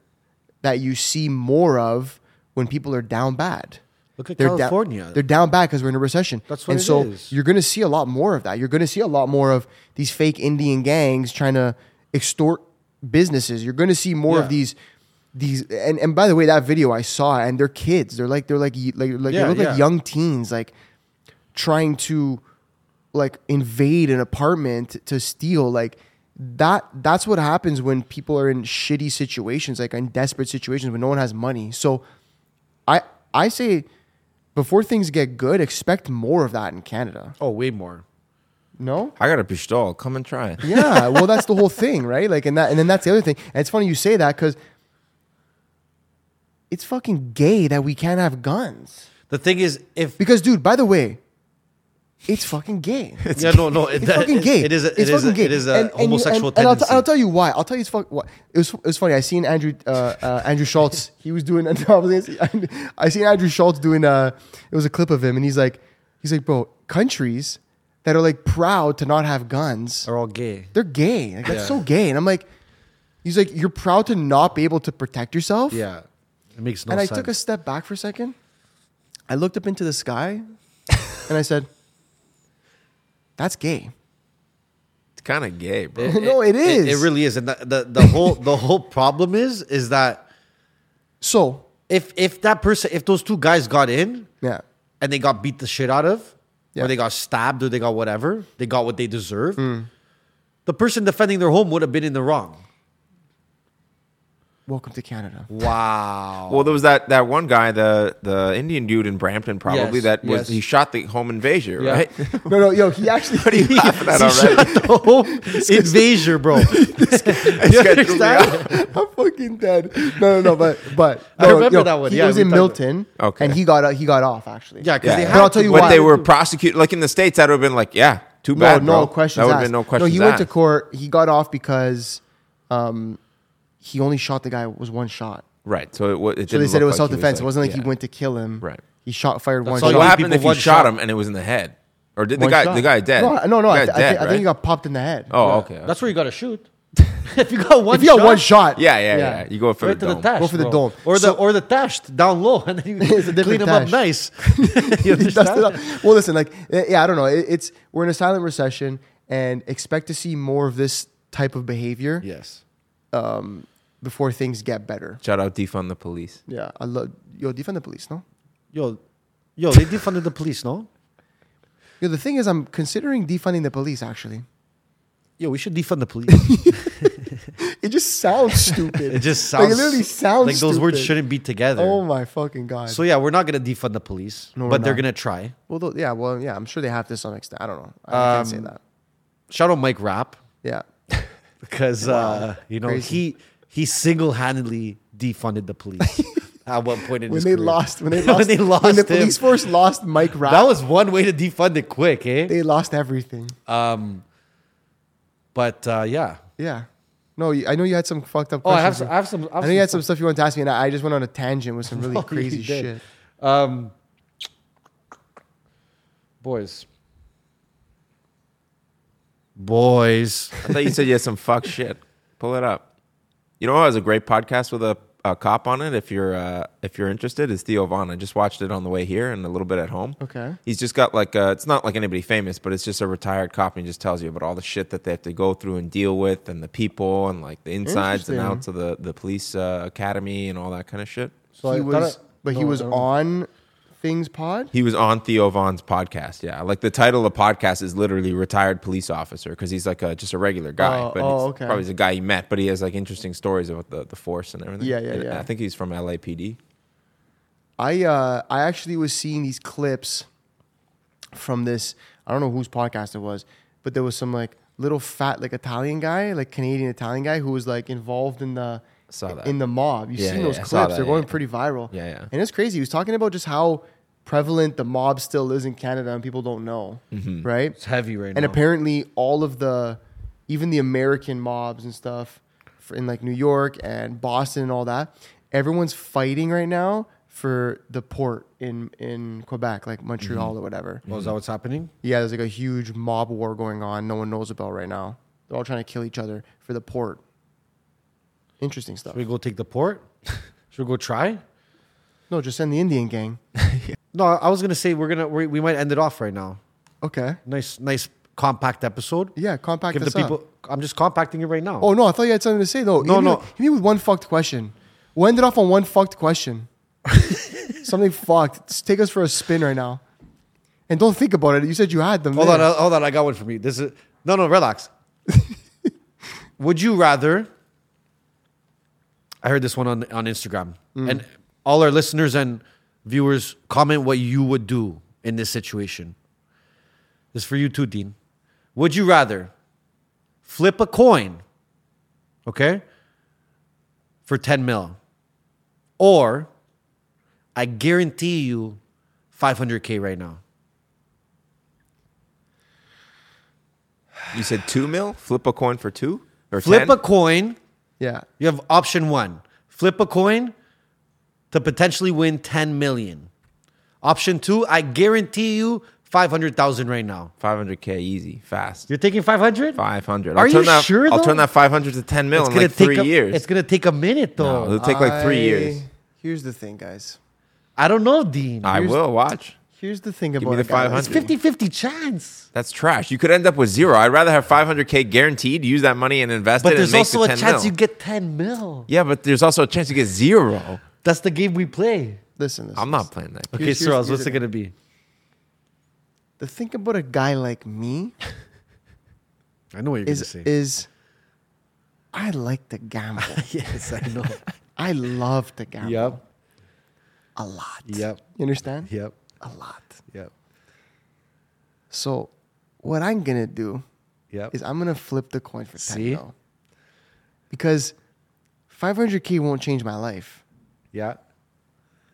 [SPEAKER 1] that you see more of when people are down bad.
[SPEAKER 2] Look at
[SPEAKER 1] down-
[SPEAKER 2] California.
[SPEAKER 1] they're down bad because we're in a recession.
[SPEAKER 2] That's what
[SPEAKER 1] and
[SPEAKER 2] it
[SPEAKER 1] so
[SPEAKER 2] is.
[SPEAKER 1] you're going to see a lot more of that. You're going to see a lot more of these fake Indian gangs trying to extort businesses. You're going to see more
[SPEAKER 2] Yeah.
[SPEAKER 1] of these these and, and by the way that video I saw and they're kids. They're like they're like ye- like, like
[SPEAKER 2] Yeah,
[SPEAKER 1] they look
[SPEAKER 2] yeah.
[SPEAKER 1] like young teens like trying to like invade an apartment to steal like that that's what happens when people are in shitty situations like in desperate situations when no one has money so i i say before things get good expect more of that in canada
[SPEAKER 2] Oh, way more.
[SPEAKER 1] no
[SPEAKER 3] I got a pistol. Come and try it.
[SPEAKER 1] yeah well that's the whole thing right like and that and then that's the other thing and it's funny you say that because it's fucking gay that we can't have guns
[SPEAKER 2] The thing is, if
[SPEAKER 1] because dude by the way it's fucking gay
[SPEAKER 2] yeah, no, no, it,
[SPEAKER 1] It's fucking
[SPEAKER 2] it-
[SPEAKER 1] gay.
[SPEAKER 2] It is. A,
[SPEAKER 1] it's
[SPEAKER 2] it is.
[SPEAKER 1] fucking
[SPEAKER 2] A,
[SPEAKER 1] gay.
[SPEAKER 2] it is a
[SPEAKER 1] And- and you-
[SPEAKER 2] homosexual
[SPEAKER 1] and, and I'll, t-
[SPEAKER 2] tendency.
[SPEAKER 1] I'll tell you why. I'll tell you. It's fuck. What it was. It was funny. I seen Andrew. Uh, uh, Andrew Schultz. He was doing. I was gonna say- I seen Andrew Schultz doing. Uh, it was a clip of him, and he's like, he's like, bro, countries that are like proud to not have guns,
[SPEAKER 2] are all gay.
[SPEAKER 1] they're gay. Like that's
[SPEAKER 2] Yeah.
[SPEAKER 1] so gay. And I'm like, he's like, you're proud to not be able to protect yourself.
[SPEAKER 2] Yeah, it makes no
[SPEAKER 1] And I
[SPEAKER 2] sense.
[SPEAKER 1] took a step back for a second. I looked up into the sky, And I said, that's gay.
[SPEAKER 3] It's kind of gay, bro.
[SPEAKER 1] no, it is.
[SPEAKER 2] It, really is, and the, the the whole the whole problem is is that
[SPEAKER 1] So,
[SPEAKER 2] if if that person if those two guys got in
[SPEAKER 1] yeah.
[SPEAKER 2] and they got beat the shit out of,
[SPEAKER 1] Yeah.
[SPEAKER 2] or they got stabbed, or they got whatever, they got what they deserved. The person defending their home would have been in the wrong.
[SPEAKER 1] Welcome to Canada.
[SPEAKER 2] Wow.
[SPEAKER 3] Well, there was that, that one guy, the the Indian dude in Brampton, probably
[SPEAKER 2] Yes,
[SPEAKER 3] that was
[SPEAKER 2] yes.
[SPEAKER 3] he shot the home invasion,
[SPEAKER 2] Yeah.
[SPEAKER 3] right?
[SPEAKER 1] No, no, yo, he actually.
[SPEAKER 3] what are you laughing at
[SPEAKER 2] He
[SPEAKER 3] already?
[SPEAKER 2] shot the home invasion, bro. you
[SPEAKER 3] guy threw me
[SPEAKER 2] understand?
[SPEAKER 1] I'm fucking dead. No, no, no, but but
[SPEAKER 2] I
[SPEAKER 1] no,
[SPEAKER 2] remember that one.
[SPEAKER 1] He
[SPEAKER 2] Yeah,
[SPEAKER 1] was
[SPEAKER 2] we
[SPEAKER 1] in
[SPEAKER 2] talked about-
[SPEAKER 1] Milton,
[SPEAKER 3] Okay.
[SPEAKER 1] and he got out, he got off actually.
[SPEAKER 2] Yeah, 'cause
[SPEAKER 3] Yeah.
[SPEAKER 2] they
[SPEAKER 3] But
[SPEAKER 2] had
[SPEAKER 1] I'll tell
[SPEAKER 2] to
[SPEAKER 1] you
[SPEAKER 2] go
[SPEAKER 1] why.
[SPEAKER 3] But they
[SPEAKER 2] to-
[SPEAKER 3] were prosecuted. Like in the states, that would have been like, yeah, too
[SPEAKER 1] no,
[SPEAKER 3] bad,
[SPEAKER 1] no
[SPEAKER 3] bro.
[SPEAKER 1] questions.
[SPEAKER 3] That would
[SPEAKER 1] asked.
[SPEAKER 3] have been no
[SPEAKER 1] No,
[SPEAKER 3] questions.
[SPEAKER 1] he went to
[SPEAKER 3] asked.
[SPEAKER 1] court. He got off because um, he only shot the guy was one shot.
[SPEAKER 3] Right. So it, wa- it didn't
[SPEAKER 1] So they said it was
[SPEAKER 3] look like
[SPEAKER 1] self
[SPEAKER 3] he
[SPEAKER 1] defense.
[SPEAKER 3] like-
[SPEAKER 1] it wasn't like
[SPEAKER 3] yeah.
[SPEAKER 1] he went to kill him.
[SPEAKER 3] Right.
[SPEAKER 1] He shot fired one
[SPEAKER 2] all
[SPEAKER 1] shot.
[SPEAKER 3] So
[SPEAKER 2] Young
[SPEAKER 3] what happened
[SPEAKER 2] people
[SPEAKER 3] if you
[SPEAKER 2] one
[SPEAKER 3] shot
[SPEAKER 2] shot.
[SPEAKER 3] him and it was in the head, or did the
[SPEAKER 1] One
[SPEAKER 3] guy
[SPEAKER 1] shot.
[SPEAKER 3] the guy dead?
[SPEAKER 1] No, no, no.
[SPEAKER 3] The
[SPEAKER 1] I,
[SPEAKER 3] guy's
[SPEAKER 1] th- I,
[SPEAKER 3] dead,
[SPEAKER 1] think, I think he
[SPEAKER 3] right?
[SPEAKER 1] got popped in the head.
[SPEAKER 3] Oh, okay. okay.
[SPEAKER 2] That's where you got to shoot. if you got one
[SPEAKER 1] If you got
[SPEAKER 2] shot,
[SPEAKER 1] one shot,
[SPEAKER 3] Yeah, yeah, yeah, You go for
[SPEAKER 2] Right to
[SPEAKER 3] the
[SPEAKER 2] the
[SPEAKER 3] dome.
[SPEAKER 2] dash,
[SPEAKER 1] Go for the
[SPEAKER 2] bro.
[SPEAKER 1] dome.
[SPEAKER 2] or the
[SPEAKER 1] So-
[SPEAKER 2] or the dash down low, and then
[SPEAKER 1] It's a
[SPEAKER 2] you clean
[SPEAKER 1] different
[SPEAKER 2] them up
[SPEAKER 1] dash.
[SPEAKER 2] nice. you
[SPEAKER 1] He dusted
[SPEAKER 2] understand?
[SPEAKER 1] off. Well, listen, like, eh, yeah, I don't know. It, it's we're in a silent recession, and expect to see more of this type of behavior
[SPEAKER 2] Yes,
[SPEAKER 1] um, before things get better.
[SPEAKER 3] Shout out defund the police.
[SPEAKER 1] Yeah, I love yo defend the police. No,
[SPEAKER 2] yo, yo, they defunded the police, no?
[SPEAKER 1] yo, the thing is, I'm considering defunding the police. Actually,
[SPEAKER 2] Yo, we should defund the police.
[SPEAKER 1] it just sounds stupid.
[SPEAKER 2] It just sounds
[SPEAKER 1] like it literally sounds
[SPEAKER 2] like those words
[SPEAKER 1] stupid.
[SPEAKER 2] shouldn't be together.
[SPEAKER 1] Oh my fucking god.
[SPEAKER 2] so yeah, we're not gonna defund the police,
[SPEAKER 1] No, we're
[SPEAKER 2] but they're
[SPEAKER 1] not.
[SPEAKER 2] gonna try.
[SPEAKER 1] well, though, yeah, well, yeah, I'm sure they have to some extent. I don't know. I can't say
[SPEAKER 2] Um,
[SPEAKER 1] that.
[SPEAKER 2] Shout out Mike Rapp
[SPEAKER 1] Yeah,
[SPEAKER 2] because uh, you know
[SPEAKER 1] Crazy.
[SPEAKER 2] he he single handedly defunded the police at one point in
[SPEAKER 1] when
[SPEAKER 2] his
[SPEAKER 1] they
[SPEAKER 2] career.
[SPEAKER 1] lost, when they
[SPEAKER 2] When
[SPEAKER 1] lost,
[SPEAKER 2] they
[SPEAKER 1] when
[SPEAKER 2] lost
[SPEAKER 1] the
[SPEAKER 2] him.
[SPEAKER 1] police force lost Mike Rapp,
[SPEAKER 2] That was one way to defund it quick, eh?
[SPEAKER 1] they lost everything.
[SPEAKER 2] Um, but uh, yeah.
[SPEAKER 1] Yeah. No, you- I know you had some fucked up.
[SPEAKER 2] Oh, I have
[SPEAKER 1] questions.
[SPEAKER 2] some- I have some- I have
[SPEAKER 1] know you
[SPEAKER 2] some
[SPEAKER 1] had some stuff you wanted to ask me, and I, I just went on a tangent with some really
[SPEAKER 2] No, you
[SPEAKER 1] crazy shit.
[SPEAKER 2] did. Um, boys. Boys.
[SPEAKER 3] I thought you said you had some fuck shit. Pull it up. You know, it was a great podcast with a, a cop on it. If you're uh, if you're interested, is Theo Vaughn. I just watched it on the way here and a little bit at home.
[SPEAKER 1] Okay.
[SPEAKER 3] He's just got like a, it's not like anybody famous, but it's just a retired cop and he just tells you about all the shit that they have to go through and deal with and the people and like the insides and
[SPEAKER 1] Interesting.
[SPEAKER 3] outs of the the police uh, academy and all that kind of shit.
[SPEAKER 2] So
[SPEAKER 1] he
[SPEAKER 2] I
[SPEAKER 1] was,
[SPEAKER 2] thought I-
[SPEAKER 1] but he
[SPEAKER 2] no,
[SPEAKER 1] was
[SPEAKER 2] I don't know.
[SPEAKER 1] on Things Pod.
[SPEAKER 3] He was on Theo Vaughn's podcast. Yeah, like the title of the podcast is literally "Retired Police Officer" because he's like a, just a regular guy,
[SPEAKER 1] Oh,
[SPEAKER 3] but
[SPEAKER 1] oh,
[SPEAKER 3] he's
[SPEAKER 1] okay.
[SPEAKER 3] probably he's a guy he met. But he has like interesting stories about the, the force and everything.
[SPEAKER 1] Yeah, yeah,
[SPEAKER 3] And
[SPEAKER 1] yeah.
[SPEAKER 3] I think he's from LAPD.
[SPEAKER 1] I uh, I actually was seeing these clips from this. I don't know whose podcast it was, but there was some like little fat like Italian guy, like Canadian Italian guy, who was like involved in the
[SPEAKER 3] Saw that.
[SPEAKER 1] in the mob. You've
[SPEAKER 3] Yeah,
[SPEAKER 1] seen
[SPEAKER 3] yeah,
[SPEAKER 1] those
[SPEAKER 3] I
[SPEAKER 1] clips;
[SPEAKER 3] saw that,
[SPEAKER 1] they're going
[SPEAKER 3] yeah.
[SPEAKER 1] pretty viral.
[SPEAKER 3] Yeah, yeah.
[SPEAKER 1] And it's crazy. He was talking about just how prevalent the mob still is in Canada, and people don't know,
[SPEAKER 3] Mm-hmm.
[SPEAKER 1] right?
[SPEAKER 2] It's heavy right
[SPEAKER 1] and
[SPEAKER 2] now.
[SPEAKER 1] apparently all of the even the american mobs and stuff for, in like new york and boston and all that everyone's fighting right now for the port in in quebec like montreal or whatever
[SPEAKER 2] oh, is that what's happening?
[SPEAKER 1] yeah there's like a huge mob war going on no one knows about right now they're all trying to kill each other for the port interesting stuff
[SPEAKER 2] Should we go take the port? Should we go try?
[SPEAKER 1] no just send the indian gang
[SPEAKER 2] No, I was gonna say we're gonna we, we might end it off right now.
[SPEAKER 1] okay
[SPEAKER 2] Nice, nice compact episode.
[SPEAKER 1] yeah compact
[SPEAKER 2] Give
[SPEAKER 1] us
[SPEAKER 2] the people.
[SPEAKER 1] up.
[SPEAKER 2] I'm just compacting it right now.
[SPEAKER 1] oh no i thought you had something to say though
[SPEAKER 2] No,
[SPEAKER 1] Hit me
[SPEAKER 2] no.
[SPEAKER 1] with- hit me with one fucked question we'll end it off on one fucked question something fucked Just take us for a spin right now and don't think about it you said you had them
[SPEAKER 2] Hold
[SPEAKER 1] there.
[SPEAKER 2] on, uh, hold on. I got one for me. This is no, no. Relax. Would you rather? I heard this one on on Instagram, and all our listeners and viewers comment what you would do in this situation. This is for you too, Dean. Would you rather flip a coin, okay, for ten mil, or I guarantee you five hundred k right now?
[SPEAKER 3] You said two mil. Flip a coin for two or
[SPEAKER 2] Flip
[SPEAKER 3] 10?
[SPEAKER 2] a coin.
[SPEAKER 1] yeah
[SPEAKER 2] You have option one flip a coin to potentially win 10 million. Option two, I guarantee you 500,000 right now.
[SPEAKER 3] 500k easy fast.
[SPEAKER 2] You're taking 500?
[SPEAKER 3] 500.
[SPEAKER 2] Are you
[SPEAKER 3] that,
[SPEAKER 2] sure,
[SPEAKER 3] I'll
[SPEAKER 2] though?
[SPEAKER 3] turn that 500 to 10 mil
[SPEAKER 2] It's
[SPEAKER 3] in
[SPEAKER 2] gonna
[SPEAKER 3] like
[SPEAKER 2] take
[SPEAKER 3] three
[SPEAKER 2] a,
[SPEAKER 3] years.
[SPEAKER 2] It's going to take a minute, though.
[SPEAKER 3] No, it'll take like three
[SPEAKER 1] I-
[SPEAKER 3] years.
[SPEAKER 1] here's the thing guys
[SPEAKER 2] I don't know, Dean.
[SPEAKER 3] I
[SPEAKER 1] here's-
[SPEAKER 3] will watch.
[SPEAKER 1] Here's the thing about
[SPEAKER 3] me the
[SPEAKER 1] it, guys.
[SPEAKER 3] 500.
[SPEAKER 2] It's 50 50 chance.
[SPEAKER 3] That's trash. You could end up with zero. I'd rather have 500k guaranteed, use that money and invest
[SPEAKER 2] But
[SPEAKER 3] it.
[SPEAKER 2] there's
[SPEAKER 3] and make the
[SPEAKER 2] also a
[SPEAKER 3] 10
[SPEAKER 2] chance
[SPEAKER 3] mil.
[SPEAKER 2] you get 10 mil.
[SPEAKER 3] Yeah, but there's also a chance you get zero.
[SPEAKER 2] That's the game we play.
[SPEAKER 1] Listen, listen,
[SPEAKER 3] I'm not playing that.
[SPEAKER 2] Okay,
[SPEAKER 1] Here's-
[SPEAKER 2] Soros,
[SPEAKER 1] here's-
[SPEAKER 2] what's
[SPEAKER 1] here's
[SPEAKER 2] it going to be?
[SPEAKER 1] The thing about a guy like me
[SPEAKER 2] I know what you're going to
[SPEAKER 1] is
[SPEAKER 2] say.
[SPEAKER 1] is I like to gamble.
[SPEAKER 2] yes, I know.
[SPEAKER 1] I love to gamble
[SPEAKER 2] yep.
[SPEAKER 1] a lot.
[SPEAKER 2] Yep.
[SPEAKER 1] You understand?
[SPEAKER 2] Yep.
[SPEAKER 1] A lot.
[SPEAKER 2] Yep.
[SPEAKER 1] So what I'm gonna do
[SPEAKER 2] Yep.
[SPEAKER 1] is I'm gonna flip the coin for ten
[SPEAKER 2] See?
[SPEAKER 1] mil. Because 500k won't change my life.
[SPEAKER 2] yeah.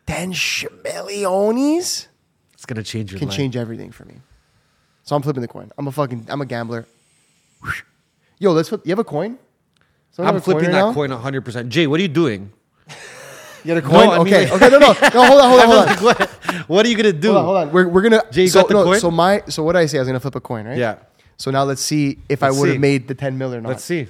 [SPEAKER 1] 10 shmillionis
[SPEAKER 2] It's going to change your
[SPEAKER 1] can
[SPEAKER 2] life.
[SPEAKER 1] change everything for me. So I'm flipping the coin. I'm a fucking I'm a gambler. Yo, let's flip. You have a coin? Someone
[SPEAKER 2] I'm
[SPEAKER 1] have a coin
[SPEAKER 2] flipping
[SPEAKER 1] right
[SPEAKER 2] that
[SPEAKER 1] now?
[SPEAKER 2] coin 100%. Jay, what are you doing?
[SPEAKER 1] You had a coin?
[SPEAKER 2] No, I mean,
[SPEAKER 1] okay,
[SPEAKER 2] like-
[SPEAKER 1] okay, no, no, no. Hold on, hold on, hold on.
[SPEAKER 2] what, what are you going to do?
[SPEAKER 1] Hold on, hold on. We're, we're gonna.
[SPEAKER 2] Jay, you
[SPEAKER 1] so,
[SPEAKER 2] got the
[SPEAKER 1] no,
[SPEAKER 2] coin?
[SPEAKER 1] So my, so what I say, I was gonna flip a coin, right?
[SPEAKER 2] Yeah.
[SPEAKER 1] So now let's see if
[SPEAKER 2] Let's
[SPEAKER 1] I would
[SPEAKER 2] see.
[SPEAKER 1] have made the ten mil or not.
[SPEAKER 2] Let's see.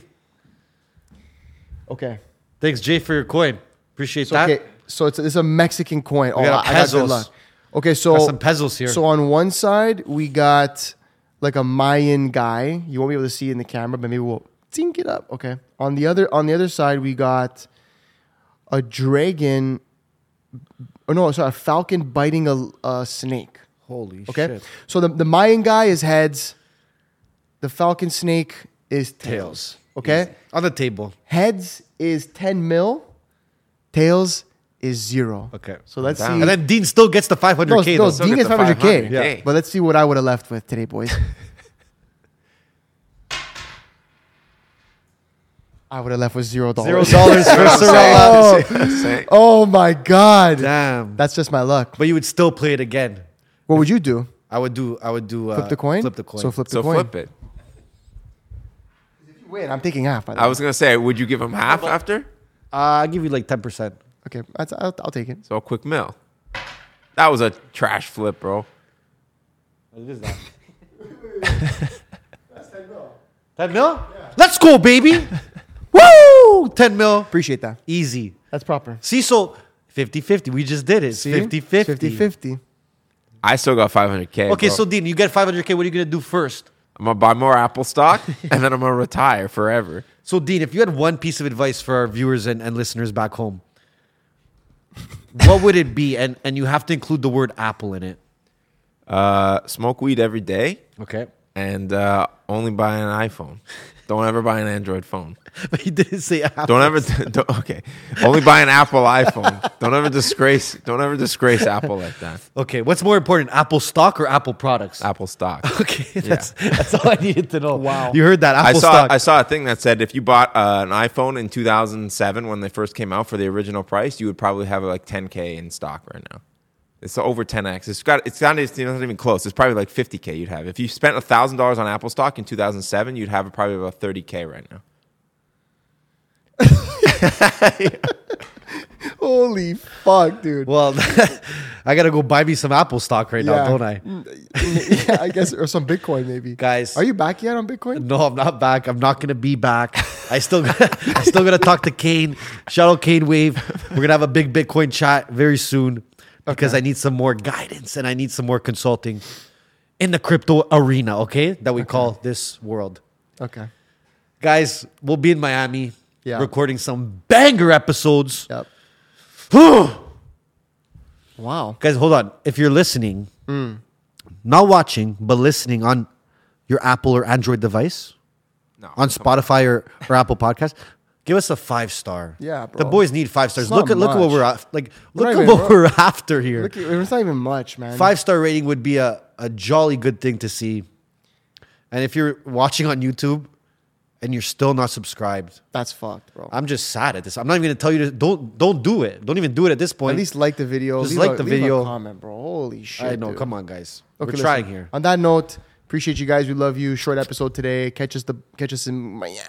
[SPEAKER 1] Okay.
[SPEAKER 2] Thanks, Jay, for your coin. Appreciate
[SPEAKER 1] So,
[SPEAKER 2] that.
[SPEAKER 1] okay. So it's, it's a Mexican coin. Oh,
[SPEAKER 2] got
[SPEAKER 1] I got good
[SPEAKER 2] pesos.
[SPEAKER 1] luck. Okay, so
[SPEAKER 2] Got some pesos here.
[SPEAKER 1] So on one side we got like a Mayan guy. You won't be able to see it in the camera, but maybe we'll tink it up. Okay. On the other on the other side we got a dragon. Oh no, sorry, a falcon biting a, a snake.
[SPEAKER 2] Holy
[SPEAKER 1] Okay.
[SPEAKER 2] shit.
[SPEAKER 1] So the, the Mayan guy is heads. The falcon snake is tails.
[SPEAKER 2] Tails.
[SPEAKER 1] Okay.
[SPEAKER 2] On the table.
[SPEAKER 1] Heads is 10 mil. Tails is zero.
[SPEAKER 2] Okay.
[SPEAKER 1] So let's
[SPEAKER 3] Damn.
[SPEAKER 1] see.
[SPEAKER 2] And then Dean still gets the 500K.
[SPEAKER 1] no, no,
[SPEAKER 2] though.
[SPEAKER 3] still
[SPEAKER 1] Dean
[SPEAKER 3] get
[SPEAKER 1] is
[SPEAKER 3] the
[SPEAKER 1] 500K.
[SPEAKER 3] 500K.
[SPEAKER 2] Yeah.
[SPEAKER 1] But let's see what I would have left with today, boys. I would have left with zero
[SPEAKER 2] Zero
[SPEAKER 1] dollars.
[SPEAKER 2] dollars for Sorrel.
[SPEAKER 1] Oh,
[SPEAKER 3] Say-
[SPEAKER 1] oh my God.
[SPEAKER 2] Damn.
[SPEAKER 1] That's just my luck.
[SPEAKER 2] But you would still play it again.
[SPEAKER 1] What would you do?
[SPEAKER 2] I would do. I would do. Uh,
[SPEAKER 1] Flip the coin?
[SPEAKER 2] Flip the coin.
[SPEAKER 1] So flip the
[SPEAKER 3] So
[SPEAKER 1] coin.
[SPEAKER 3] flip it.
[SPEAKER 1] If you win, I'm taking half, by the
[SPEAKER 3] I
[SPEAKER 1] way.
[SPEAKER 3] was gonna say, would you give him half after?
[SPEAKER 2] Uh, I'll give you like ten percent.
[SPEAKER 1] Okay, that's, I'll, I'll take it.
[SPEAKER 3] So a quick mill. That was a trash flip, bro.
[SPEAKER 2] Ten mil. Let's go, baby. Woo! Ten mil.
[SPEAKER 1] Appreciate that.
[SPEAKER 2] Easy.
[SPEAKER 1] That's proper.
[SPEAKER 2] See, so 50-50. We just did it. It's 50-50.
[SPEAKER 1] 50-50.
[SPEAKER 3] I still got 500k.
[SPEAKER 2] Okay,
[SPEAKER 3] bro.
[SPEAKER 2] so Dean, you get 500K. What are you going to do first?
[SPEAKER 3] I'm gonna buy more Apple stock and then I'm gonna retire forever.
[SPEAKER 2] So, Dean, if you had one piece of advice for our viewers and, and listeners back home, what would it be? And, and you have to include the word apple in it.
[SPEAKER 3] Uh, smoke weed every day
[SPEAKER 2] Okay.
[SPEAKER 3] and uh, only buy an iPhone. Don't ever buy an Android phone.
[SPEAKER 2] But he didn't say apple.
[SPEAKER 3] Don't ever. don't, okay, only buy an Apple iPhone. Don't ever disgrace. Don't ever disgrace Apple like that.
[SPEAKER 2] Okay, what's more important, Apple stock or Apple products?
[SPEAKER 3] Apple stock.
[SPEAKER 2] Okay, that's that's all I needed to know. Wow, you heard that
[SPEAKER 3] I
[SPEAKER 2] Apple
[SPEAKER 3] saw
[SPEAKER 2] stock?
[SPEAKER 3] I saw a thing that said if you bought uh, an iPhone in 2007 when they first came out for the original price, you would probably have like 10k in stock right now. It's over 10x. It's got it's not, it's not even close. It's probably like 50k you'd have if you spent thousand dollars on Apple stock in 2007. You'd have probably about 30k right now.
[SPEAKER 1] Holy fuck, dude.
[SPEAKER 2] well, I gotta go buy me some Apple stock right now, don't I?
[SPEAKER 1] I? Mm, yeah, I guess, or some Bitcoin maybe.
[SPEAKER 2] Guys.
[SPEAKER 1] are you back yet on Bitcoin?
[SPEAKER 2] No, I'm not back. I'm not gonna be back. I still I still gotta talk to Kane. Shout out Kane Wave. We're gonna have a big Bitcoin chat very soon because I need some more guidance and I need some more consulting in the crypto arena. Okay, that we call this world.
[SPEAKER 1] Okay.
[SPEAKER 2] Guys, we'll be in Miami.
[SPEAKER 1] Yeah.
[SPEAKER 2] Recording some banger episodes.
[SPEAKER 1] Yep. Wow.
[SPEAKER 2] guys hold on if you're listening not watching but listening on your apple or android device
[SPEAKER 3] No,
[SPEAKER 2] on spotify or, or apple podcast give us a five star
[SPEAKER 1] Yeah,
[SPEAKER 2] the
[SPEAKER 1] bro.
[SPEAKER 2] boys need five stars
[SPEAKER 1] It's
[SPEAKER 2] look
[SPEAKER 1] not
[SPEAKER 2] at look at what
[SPEAKER 1] much.
[SPEAKER 2] we're af- like look
[SPEAKER 1] not
[SPEAKER 2] at
[SPEAKER 1] even-
[SPEAKER 2] what
[SPEAKER 1] we're-
[SPEAKER 2] we're after here
[SPEAKER 1] Look, it's not even much, man.
[SPEAKER 2] five star rating would be a, a jolly good thing to see and if you're watching on youtube and you're still not subscribed
[SPEAKER 1] That's fucked, bro.
[SPEAKER 2] i'm just sad at this i'm not even gonna tell you to don't don't do it don't even do it at this point
[SPEAKER 1] At least like the video.
[SPEAKER 2] Just
[SPEAKER 1] leave
[SPEAKER 2] like
[SPEAKER 1] a-
[SPEAKER 2] the
[SPEAKER 1] leave a
[SPEAKER 2] video.
[SPEAKER 1] comment, bro. Holy shit.
[SPEAKER 2] i know
[SPEAKER 1] dude.
[SPEAKER 2] come on guys
[SPEAKER 1] Okay,
[SPEAKER 2] we're
[SPEAKER 1] listen,
[SPEAKER 2] trying here
[SPEAKER 1] On that note, appreciate you guys. We love you. Short episode today. Catch us the catch us in Miami.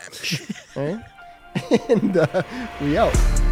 [SPEAKER 1] All right? and uh, Eh? we out.